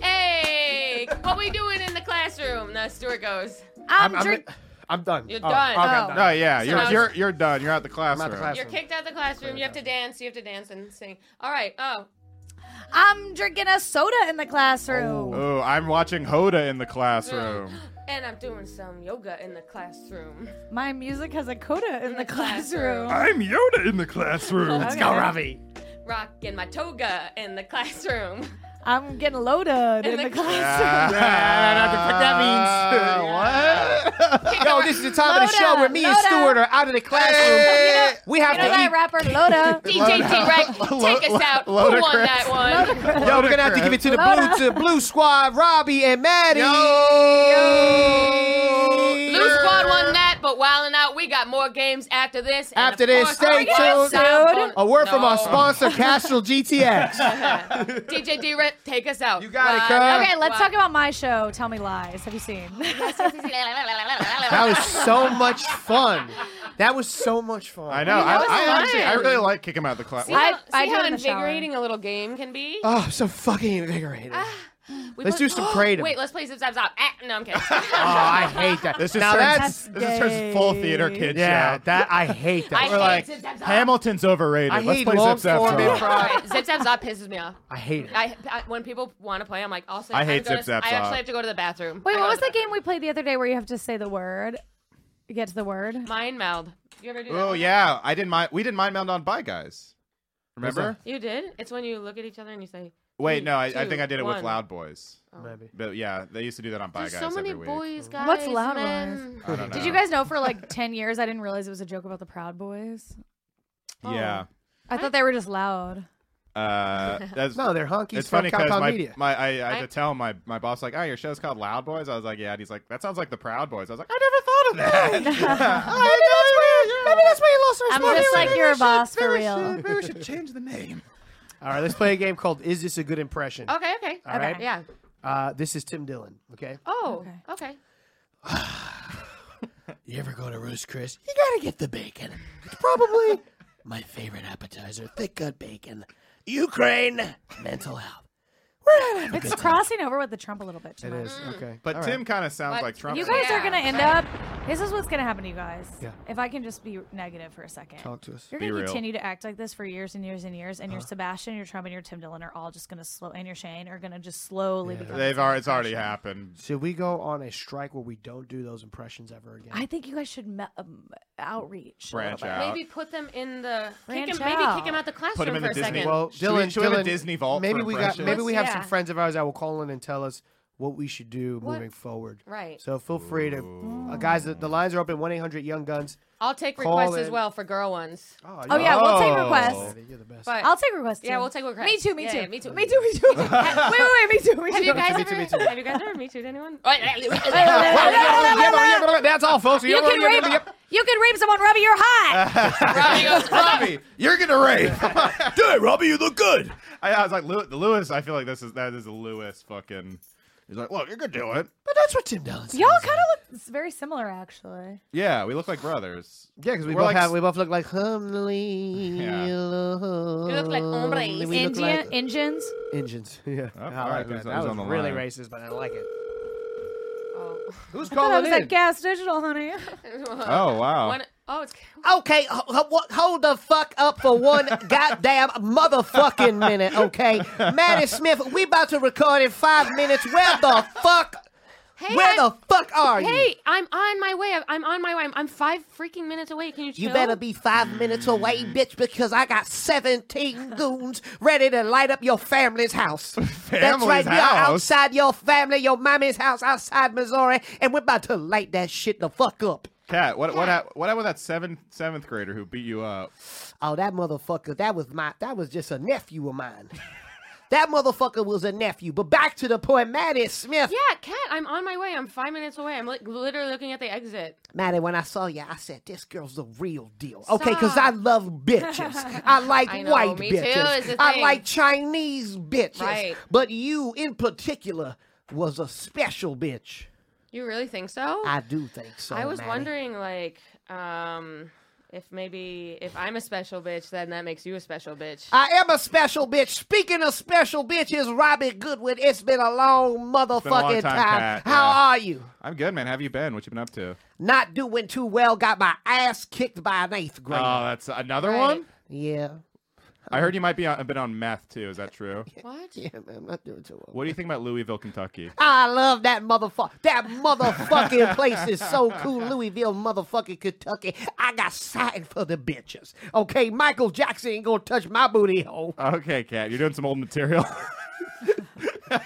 Hey. hey. What we doing in the classroom? Now Stuart goes. I'm, I'm, I'm done. You're Oh, done. okay, I'm Oh. done. No, yeah, I you're, was- you're you're done. You're out the classroom. out the classroom. You're kicked out the classroom. You have to dance. You have to dance and sing. All right. Oh. I'm drinking a soda in the classroom. Oh, I'm watching Hoda in the classroom. And I'm doing some yoga in the classroom. My music has a coda in, the, the classroom. classroom. I'm Yoda in the classroom. Let's go, Robbie. Rocking my toga in the classroom. I'm getting loaded in, the the, Ah, classroom. that means. what? Yo, this is the time of the Loda, show where me and Loda. Stuart are out of the classroom. Hey. We have You know to that eat. rapper Loda? DJ T-Rex, take us out. Who won Ludacris. that one? Yo, we're gonna have to give it to the Loda. blue, to the blue squad, Robbie and Maddie. Blue Squad won that, but wildin' out, we got more games after this. and After of this, course- stay Oh, tuned. yeah, sound- A word from No. our sponsor, Castrol GTX. DJ D-Rex, take us out. You got it, cuz. Okay, let's talk about my show, Tell Me Lies. Have you seen? That was so much fun. That was so much fun. I know. that was I, I honestly, I fun. really like kicking him out the class. See how, I- see I do how it in the shower. invigorating a little game can be? Oh, I'm so fucking invigorated. We let's play- do some kratom. Wait, let's play Zip Zap Zap. Ah, no, I'm kidding. Oh, I hate that. This just now turns, that's this just turns full theater kid yeah, show. that I hate that. I We're hate like Zip Zap Zap. Hamilton's overrated. I Let's hate play long Zip Zap form Zap. improv. Alright, Zip Zap Zap pisses me off. I hate it. I, I, when people want to play, I'm like, I'll say, I I'm hate gonna- Zip Zap I Zap. actually have to go to the bathroom. Wait, I what go was to the game we played the other day where you have to say the word? You get to the word. bathroom. Mind meld. You ever do that? Oh one? yeah, I didn't mind. We didn't mind meld on by guys. Remember? You did? It's when you look at each other and you say, Wait, no, I, I Two, think I did it one. with Loud Boys. Maybe. But yeah, they used to do that on by There's guys so many every week. boys, guys. What's loud men. I don't know. Did you guys know for like 10 years I didn't realize it was a joke about the Proud Boys? Yeah. I thought they were just loud. Uh, that's, No, they're honkies it's from funny because Compound my, Media. my I, I I- had to tell my my boss like, oh, your show's called Loud Boys. I was like, yeah. And he's like, that sounds like the Proud Boys. I was like, I never thought of that. Maybe that's why you lost I'm just like your boss for real. Maybe we should change the name. All right, let's play a game called Is This a Good Impression? Okay, okay. All right. Yeah. Uh, this is Tim Dillon, okay? Oh, okay. You ever go to Roost Chris? You gotta get the bacon. It's probably my favorite appetizer, thick cut bacon. Ukraine mental health. It's crossing over with the Trump a little bit. too It much. is okay. But Tim kind of sounds But like Trump. You guys Yeah. are gonna end up. This is what's gonna happen to you guys. Yeah. If I can just be negative for a second. Talk to us. You're Be gonna real. continue to act like this for years and years and years, and your Sebastian, your Trump, and your Tim Dillon are all just gonna slow, and your Shane are gonna just slowly become. the They've same already, it's already person. happened. Should we go on a strike where we don't do those impressions ever again? I think you guys should me- um, outreach. a Branch little bit. out. Maybe put them in the. Kick Branch him, maybe out. kick him out the classroom Put him in for the a Disney second. well, Should we- Dylan, should we have a Dylan, Disney vault Maybe for we got impressions? maybe we have Yeah. some friends of ours that will call in and tell us what we should do moving forward. Right. So feel free to uh, guys. The, the lines are open. One eight hundred Young Guns. I'll take Call requests as in. well for girl ones. Oh yeah, we'll take Oh. requests. You're the best. But I'll take requests. Yeah, too. we'll take requests. Me too. Me Yeah, too. yeah, me too. Me too. Me too. wait, wait, wait. Me too. Me too. have you guys too, me ever? too. Have you guys ever meet anyone? Robbie That's all, folks. You can rape. You can rape someone, Robbie. You're hot. goes, Robbie, you're gonna rape. Dude, Robbie, you look good. I, I was like Lew- Lewis. I feel like this is that is a Lewis fucking. He's like, look, you're gonna do it. But that's what Tim Dillon. says. Y'all kind of look very similar, actually. Yeah, we look like brothers. Yeah, because we We're both like have s- we both look like homely. Yeah. You look like hombres. We look Indian like engines. engines. Yeah, I all right, like who's- that. who's That was on the really line? racist, but I like it. Oh. Who's I thought I was calling at in? Gas Digital, honey. Oh wow. One- oh, it's. Okay, ho- ho- what- hold the fuck up for one goddamn motherfucking minute, okay? Maddie Smith, we about to record in five minutes. Where the fuck? Hey, where I'm- the fuck are you? Hey, I'm on my way. I'm- I'm on my way. I'm, I'm five freaking minutes away. Can you chill? You better be five minutes away, bitch, because I got 17 goons ready to light up your family's house. That's Family's right, house? you're outside your family, your mommy's house outside Missouri, and we're about to light that shit the fuck up. Cat, what what hap- what happened with that seventh seventh grader who beat you up? Oh, that motherfucker, that was my that was just a nephew of mine. that motherfucker was a nephew. But back to the point, Maddie Smith. Yeah, Kat, I'm on my way. I'm five minutes away. I'm like literally looking at the exit. Maddie, when I saw you, I said, this girl's the real deal. Okay, because I love bitches. I like I know, white me too, bitches. it's the I thing. like Chinese bitches. Right. But you in particular was a special bitch. You really think so? I do think so. I was Maddie. wondering, like, um, if maybe if I'm a special bitch, then that makes you a special bitch. I am a special bitch. Speaking of special bitches, Robbie Goodwin, it's been a long motherfucking been a long time, Kat, How yeah. are you? I'm good, man. How have you been? What you been up to? Not doing too well. Got my ass kicked by an eighth Oh, grader. that's another Right. one. yeah. I heard you might be on, been on meth too. Is that true? what? Yeah, man, I'm not doing too well. What do you think about Louisville, Kentucky? I love that motherfucker. That motherfucking place is so cool. Louisville, motherfucking Kentucky. I got signed for the bitches. Okay, Michael Jackson ain't gonna touch my booty hole. Okay, Kat, you're doing some old material.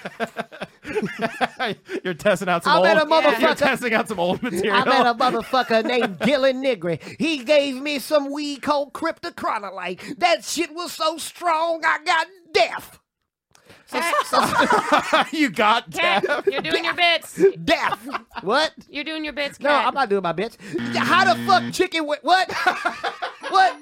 you're testing out some I bet old. a motherfucker- You're testing out some old material. I met a motherfucker named Dylan Nigri. He gave me some weed called cryptochronolite. That shit was so strong, I got deaf. So, so- you got Kat, that. you're doing your bits. deaf. What? You're doing your bits, No, Kat. I'm not doing my bitch. How the fuck chicken wi- what? what?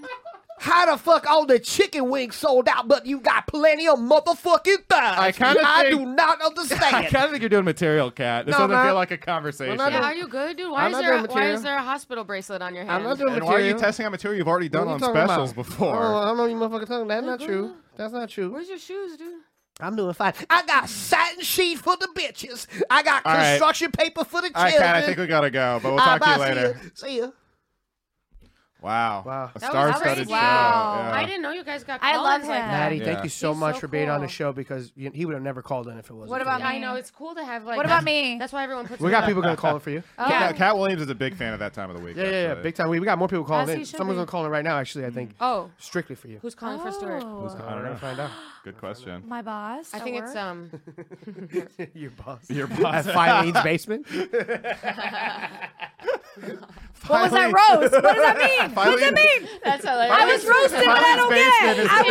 How the fuck all the chicken wings sold out, but you got plenty of motherfucking thighs? I kinda I think- do not I understand. kind of think you're doing material, Kat. This No, I'm doesn't feel not. like a conversation. not Yeah, are you good, dude? Why I'm is not there doing why material. is there a hospital bracelet on your hand? I'm not doing and material. why are you testing out material you've already done on What are you talking specials about? before? Oh, I don't know you motherfucking talking. That's not true. That's not true. Where's your shoes, dude? Mm-hmm. I'm doing fine. I got satin sheet for the bitches. I got All right. construction paper for the All right, children. Kat, I think we gotta go, but we'll All right, talk to you bye, later. See you. See ya. Wow. Wow. A That was star-studded great. show. Wow. Yeah. I didn't know you guys got I callers love like him. that. Maddie, Yeah. thank you so He's much so for being on the cool. show because you, he would have never called in if it wasn't. What for about you. I know it's cool to have like What about me? That's why everyone puts We it got up. people going to call in for you. Cat, Cat Williams is a big fan of that time of the week. Yeah, yeah, yeah, actually. big time. We, we got more people calling As he in. should Someone's be. gonna call in right now. Actually, I think Oh, strictly for you. who's calling for Stuart? Oh, Hmm. I We're don't gonna know. find out. Good question. my boss. I at think it's Oh. work? um Your boss. Your boss. Filene's basement. What was that roast? What does that mean? What does that Finally- mean? That's hilarious. I was roasted, but I don't get it. I was,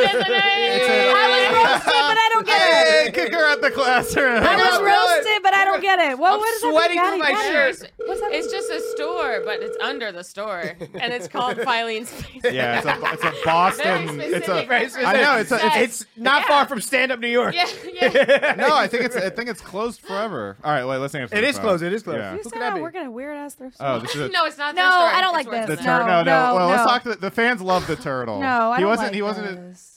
I was roasted, but I don't get it. Hey, kick her out the classroom. I was roasted, but I don't get it. What, what is that? sweating Gotti, through my Gotti? shirt. What's that? It's just a store, but it's under the store, and it's called Filene's Basement. Yeah, it's a, it's a Very Boston. specific. It's a. Very I know it's a. It's, Yes. It's not far from stand up New York. yeah, yeah. no, I think it's. I think it's closed forever. All right, wait. Let's answer. It the is phone. closed. It is closed. Yeah. You Who said could that I be? work at a weird ass thrift store. Oh, this is a. No, it's not. No, their store. I don't like It's worth this. The it. No, turtle. No, no. no, Well, let's no. talk to the, the fans. Love the turtle. No, I he don't wasn't. like he wasn't. those.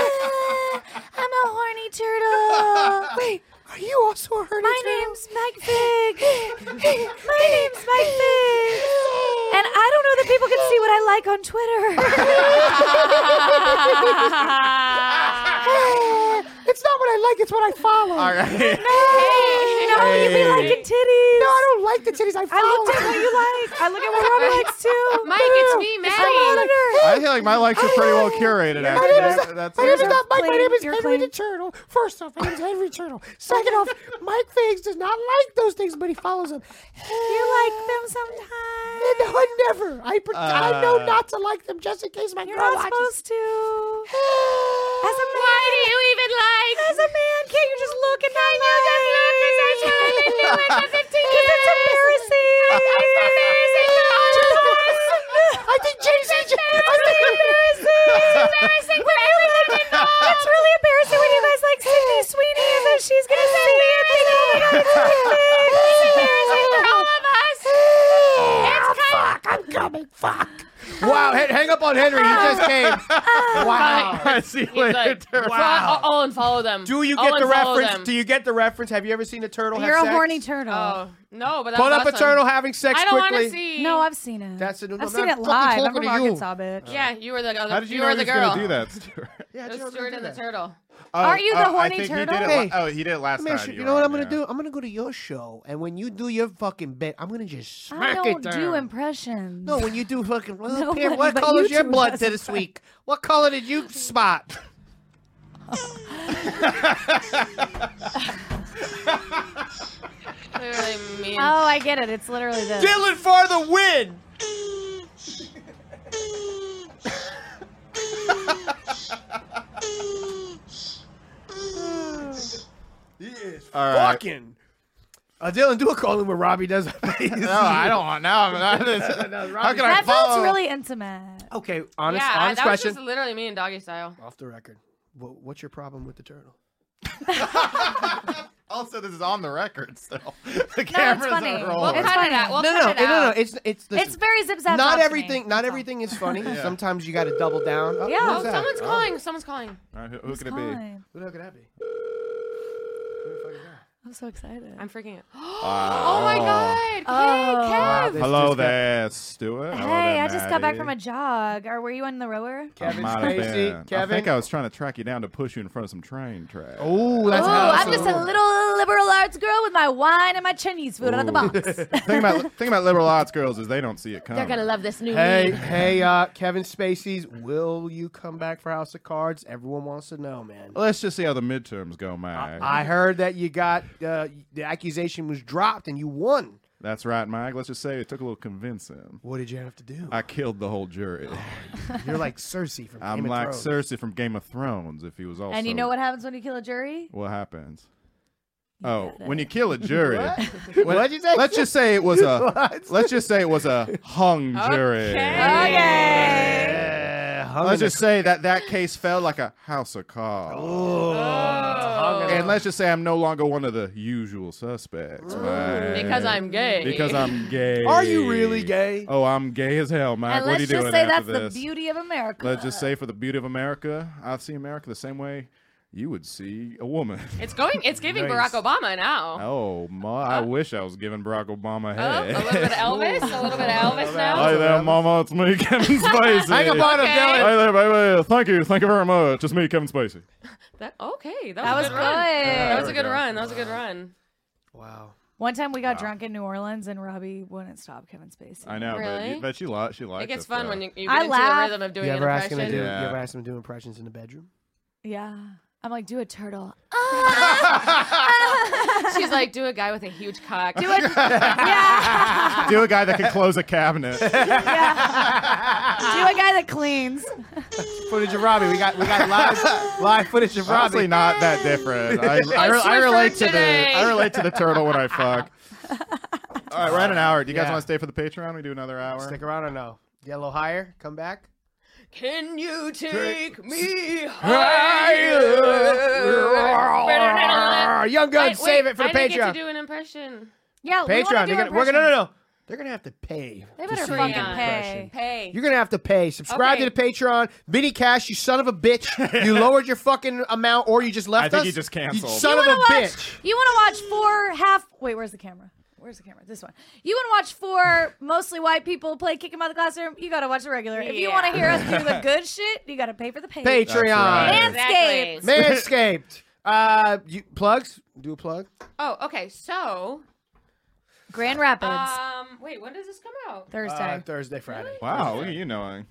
I'm a horny turtle. Wait, Are you also a hernia my name's Mike Fig. My name's Mike Fig. And I don't know that people can see what I like on Twitter. It's not what I like. It's what I follow. All right. no, you be Hey. liking titties. No, I don't like the titties. I follow. I looked at what you like. I look at what Rob likes too. Oh. Mike, it's me, It's the Maddie. monitor. I feel like my likes are pretty well curated. Actually, that's. my name is not Mike. My clean. name is You're Henry clean. the Turtle. First off, my name is Henry Turtle. Second off, Mike Figs does not like those things, but he follows them. You like them sometimes. No, I never. I, pre- I Uh, know not to like them just in case my You're girl not watches. supposed to. As a man, Why do you even like? as a man, can't you just look and not like? Because it's embarrassing. It's embarrassing for all of us. I think James is It's embarrassing. embarrassing for everyone involved. It's really embarrassing when you guys like Sydney Sweeney and then she's gonna see me and think, oh my god, it's perfect. It's embarrassing for all of us. It's kind of. I'm coming. Fuck. Wow. Hey, hang up on Henry. He just came. wow. I see you later. Like, turtle. wow. I'll, unfollow them. Do you I'll get the Oh, unfollow reference? Them. Do you get the reference? Have you ever seen a turtle You're have a sex? horny turtle. Oh no, but that Put was up a awesome. turtle having sex I don't want quickly. to see. No, I've seen it. That's a- no, I've I'm seen not it fucking live. I'm talking from to you. Arkansas, bitch. Yeah, you were the other. How did you, were know he the was girl. going to do that, Stuart? Yeah, It was turtles Stuart do and the that. turtle. Oh, Aren't you the oh, I horny think He turtle? did it, Hey. la- oh, he did it last Man, time. sh- you were know what on, I'm gonna yeah. do? I'm gonna go to your show, and when you do your fucking bit, I'm gonna just I smack don't it do down. impressions. Oh, No, when you do fucking. Well, No, Pam, but- what but color's you your two blood does to this week? What color did you spot? Literally means. Oh, I get it. It's literally this. Dylan for the win. All right. Fucking. Uh, Dylan, do a call in where Robbie does. no, No, I don't want. Now I'm not. how can I That follow? felt really intimate. Okay, honest, yeah, honest that question. was just literally me and doggy style. Off the record. Wha- What's your problem with the turtle? also, this is on the record, so the it's cameras funny. are Well, rolling. We'll It's cut funny. it out. We'll no, no, cut no, it no, no, out. no. It's it's It's listen, very zip zap. not everything. Not everything is funny. Sometimes you got to double down. Oh, Yeah. who's Oh, that? someone's calling. Someone's calling. All right, who, who could it be? Fine. Who the hell could that be? I'm so excited. I'm freaking out. oh my god. Hey, Oh. Kev. Ah, This Hello just got- there, Stuart. Hello Hey, there, I just got back Maddie. from a jog. Or were you in the rower? I Kevin might have been. Spacey. I Kevin. think I was trying to track you down to push you in front of some train tracks. oh, that's Oh, awesome. I'm just a little liberal arts girl with my wine and my Chinese food out of the box. think about think about liberal arts girls is they don't see it coming. They're gonna love this new Hey, me. hey, uh, Kevin Spacey's. Will you come back for House of Cards? Everyone wants to know, man. Let's just see how the midterms go, Mag. I heard that you got uh, the accusation was dropped and you won. That's right, Mike. Let's just say it took a little convincing. What did you have to do? I killed the whole jury. You're like Cersei from I'm Oh, Game like of Thrones. Cersei from Game of Thrones. If he was also and you know what happens when you kill a jury? what happens? Oh, when you kill a jury, What'd you say? let's just say it was a let's just say it was a hung jury. Okay. Uh, hung Let's in just say that that case fell like a house of cards. Oh. And let's just say I'm no longer one of the usual suspects. man. Because I'm gay. because I'm gay. the- Are you really gay? Oh, I'm gay as hell, Mike. and what are let's you just doing say that's after this? the beauty of America. Let's just say for the beauty of America, I see America the same way you would see a woman. It's going. It's giving Barack Nice. Obama now. Oh my! I wish I was giving Barack Obama Oh, a head. little bit of Elvis. A little bit of Elvis now. Hey there, Mama. It's me, Kevin Spacey. Hang up on him, Okay. Dylan. Hey there, baby. Thank you. Thank you very much. It's me, Kevin Spacey. That, okay, that was, that was a good. good run. That was a There we good go. run. That was a good run. Wow. One time we got drunk in New Orleans and Robbie wouldn't stop Kevin Spacey. I know, but, Really? you, but she likes. She likes. It gets us, fun though. when you, you get I into laugh. the rhythm of doing You ever an ask him to impression. do? You Yeah. ever ask him to do impressions in the bedroom? Yeah. I'm like, do a turtle. Ah! She's like, do a guy with a huge cock. Do But- yeah. do a guy that can close a cabinet. Do a guy that cleans. Footage of Robbie. We got we got live live footage of Honestly, Robbie. not that different. I, I, I re- switched I relate for to the today. I relate to the turtle when I fuck. All right, we're at an hour. Do you guys Yeah. want to stay for the Patreon? We do another hour. Stick around or no? Get a little higher. Come back. Can you take me Higher. Ah, higher? Young Guns, Wait, save wait, it for the I didn't get Patreon. to do an impression. Yeah, we wanna Patreon. do They're gonna, we're gonna no impressions. no. They're gonna have to pay. They to better see fucking your pay. impression. Hey. You're gonna have to pay. Subscribe Okay. to the Patreon. Vinny Cash, you son of a bitch. You lowered your fucking amount, or you just left I think us. you just canceled. You son You of a wanna watch, bitch. You want to watch four half. Wait, where's the camera? Where's the camera? This one. You want to watch four mostly white people play kick 'em out of the classroom? You got to watch the regular. If you Yeah. want to hear us do the good shit, you got to pay for the page. Patreon. right. Manscaped. Exactly. Manscaped. Uh, you, plugs. Do a plug. Oh, okay. So, Grand Rapids, um, wait, when does this come out? Uh, Thursday. Thursday, Friday. Wow, look at you knowing.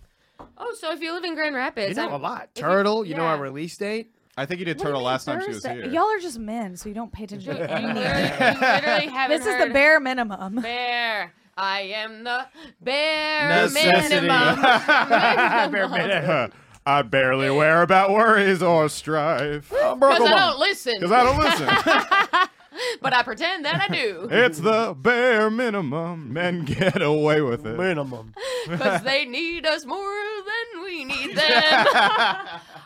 Oh, so if you live in Grand You Rapids, know a I'm- lot. if you- Turtle. You know yeah. our release date. I think you did What do you turtle mean last time she was Thursday? here. Y'all are just men, so you don't pay attention to You literally, you anything. literally haven't This is the heard- bare minimum. Bear. I am the bare Necessity. minimum. Bare minimum. I barely wear about worries or strife Because I don't listen, because I don't listen. but I pretend that I do. it's the bare minimum. Men get away with it. Minimum. Because they need us more than we need them.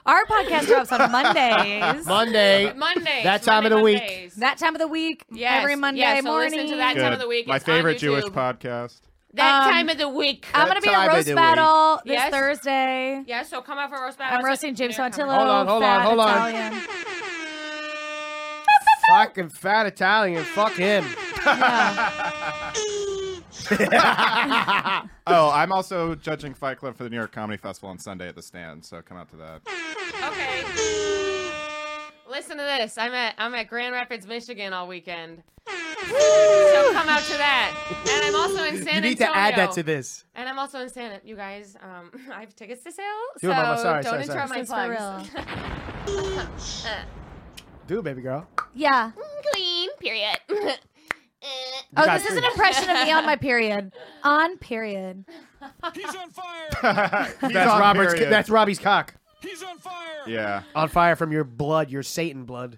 Our podcast drops on Mondays. Monday. Mondays. That time Monday, of the week. Mondays. that time of the week, Yes, every Monday yes, so morning. listen to that. Good. time of the week, My it's on favorite Jewish YouTube. podcast. That Um, time of the week. I'm gonna be in a Time of roast the battle this Yes. Thursday. yeah, so come out for a roast battle. I'm roasting James They're coming. Montillo. Hold on, hold on, fat hold on. Italian. Fucking fat Italian. Fuck him. Oh, I'm also judging Fight Club for the New York Comedy Festival on Sunday at the Stand, so come out to that. Okay. Listen to this. I'm at I'm at Grand Rapids, Michigan all weekend. so come out to that. And I'm also in San You need Antonio. to add that to this. And I'm also in San. You guys, um, I have tickets to sale, Do so it, Mama. Sorry, sorry, don't sorry. interrupt my This is for plugs. Do it, baby girl. Yeah. Mm, Clean. period. Oh, got this is an three. impression of me on my period. On period. He's on fire. That's That's Robert's. period. That's Robbie's cock. He's on fire. Yeah. On fire from your blood, your Satan blood.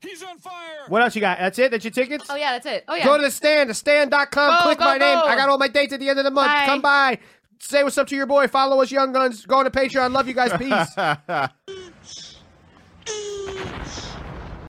He's on fire. What else you got? That's it? That's your tickets? Oh yeah, that's it. Oh yeah. Go to the stand, the stand.com, Go, click go, my name. go. I got all my dates at the end of the month. Bye. Come by. Say what's up to your boy. Follow us, Young Guns. Go on to Patreon. Love you guys. Peace.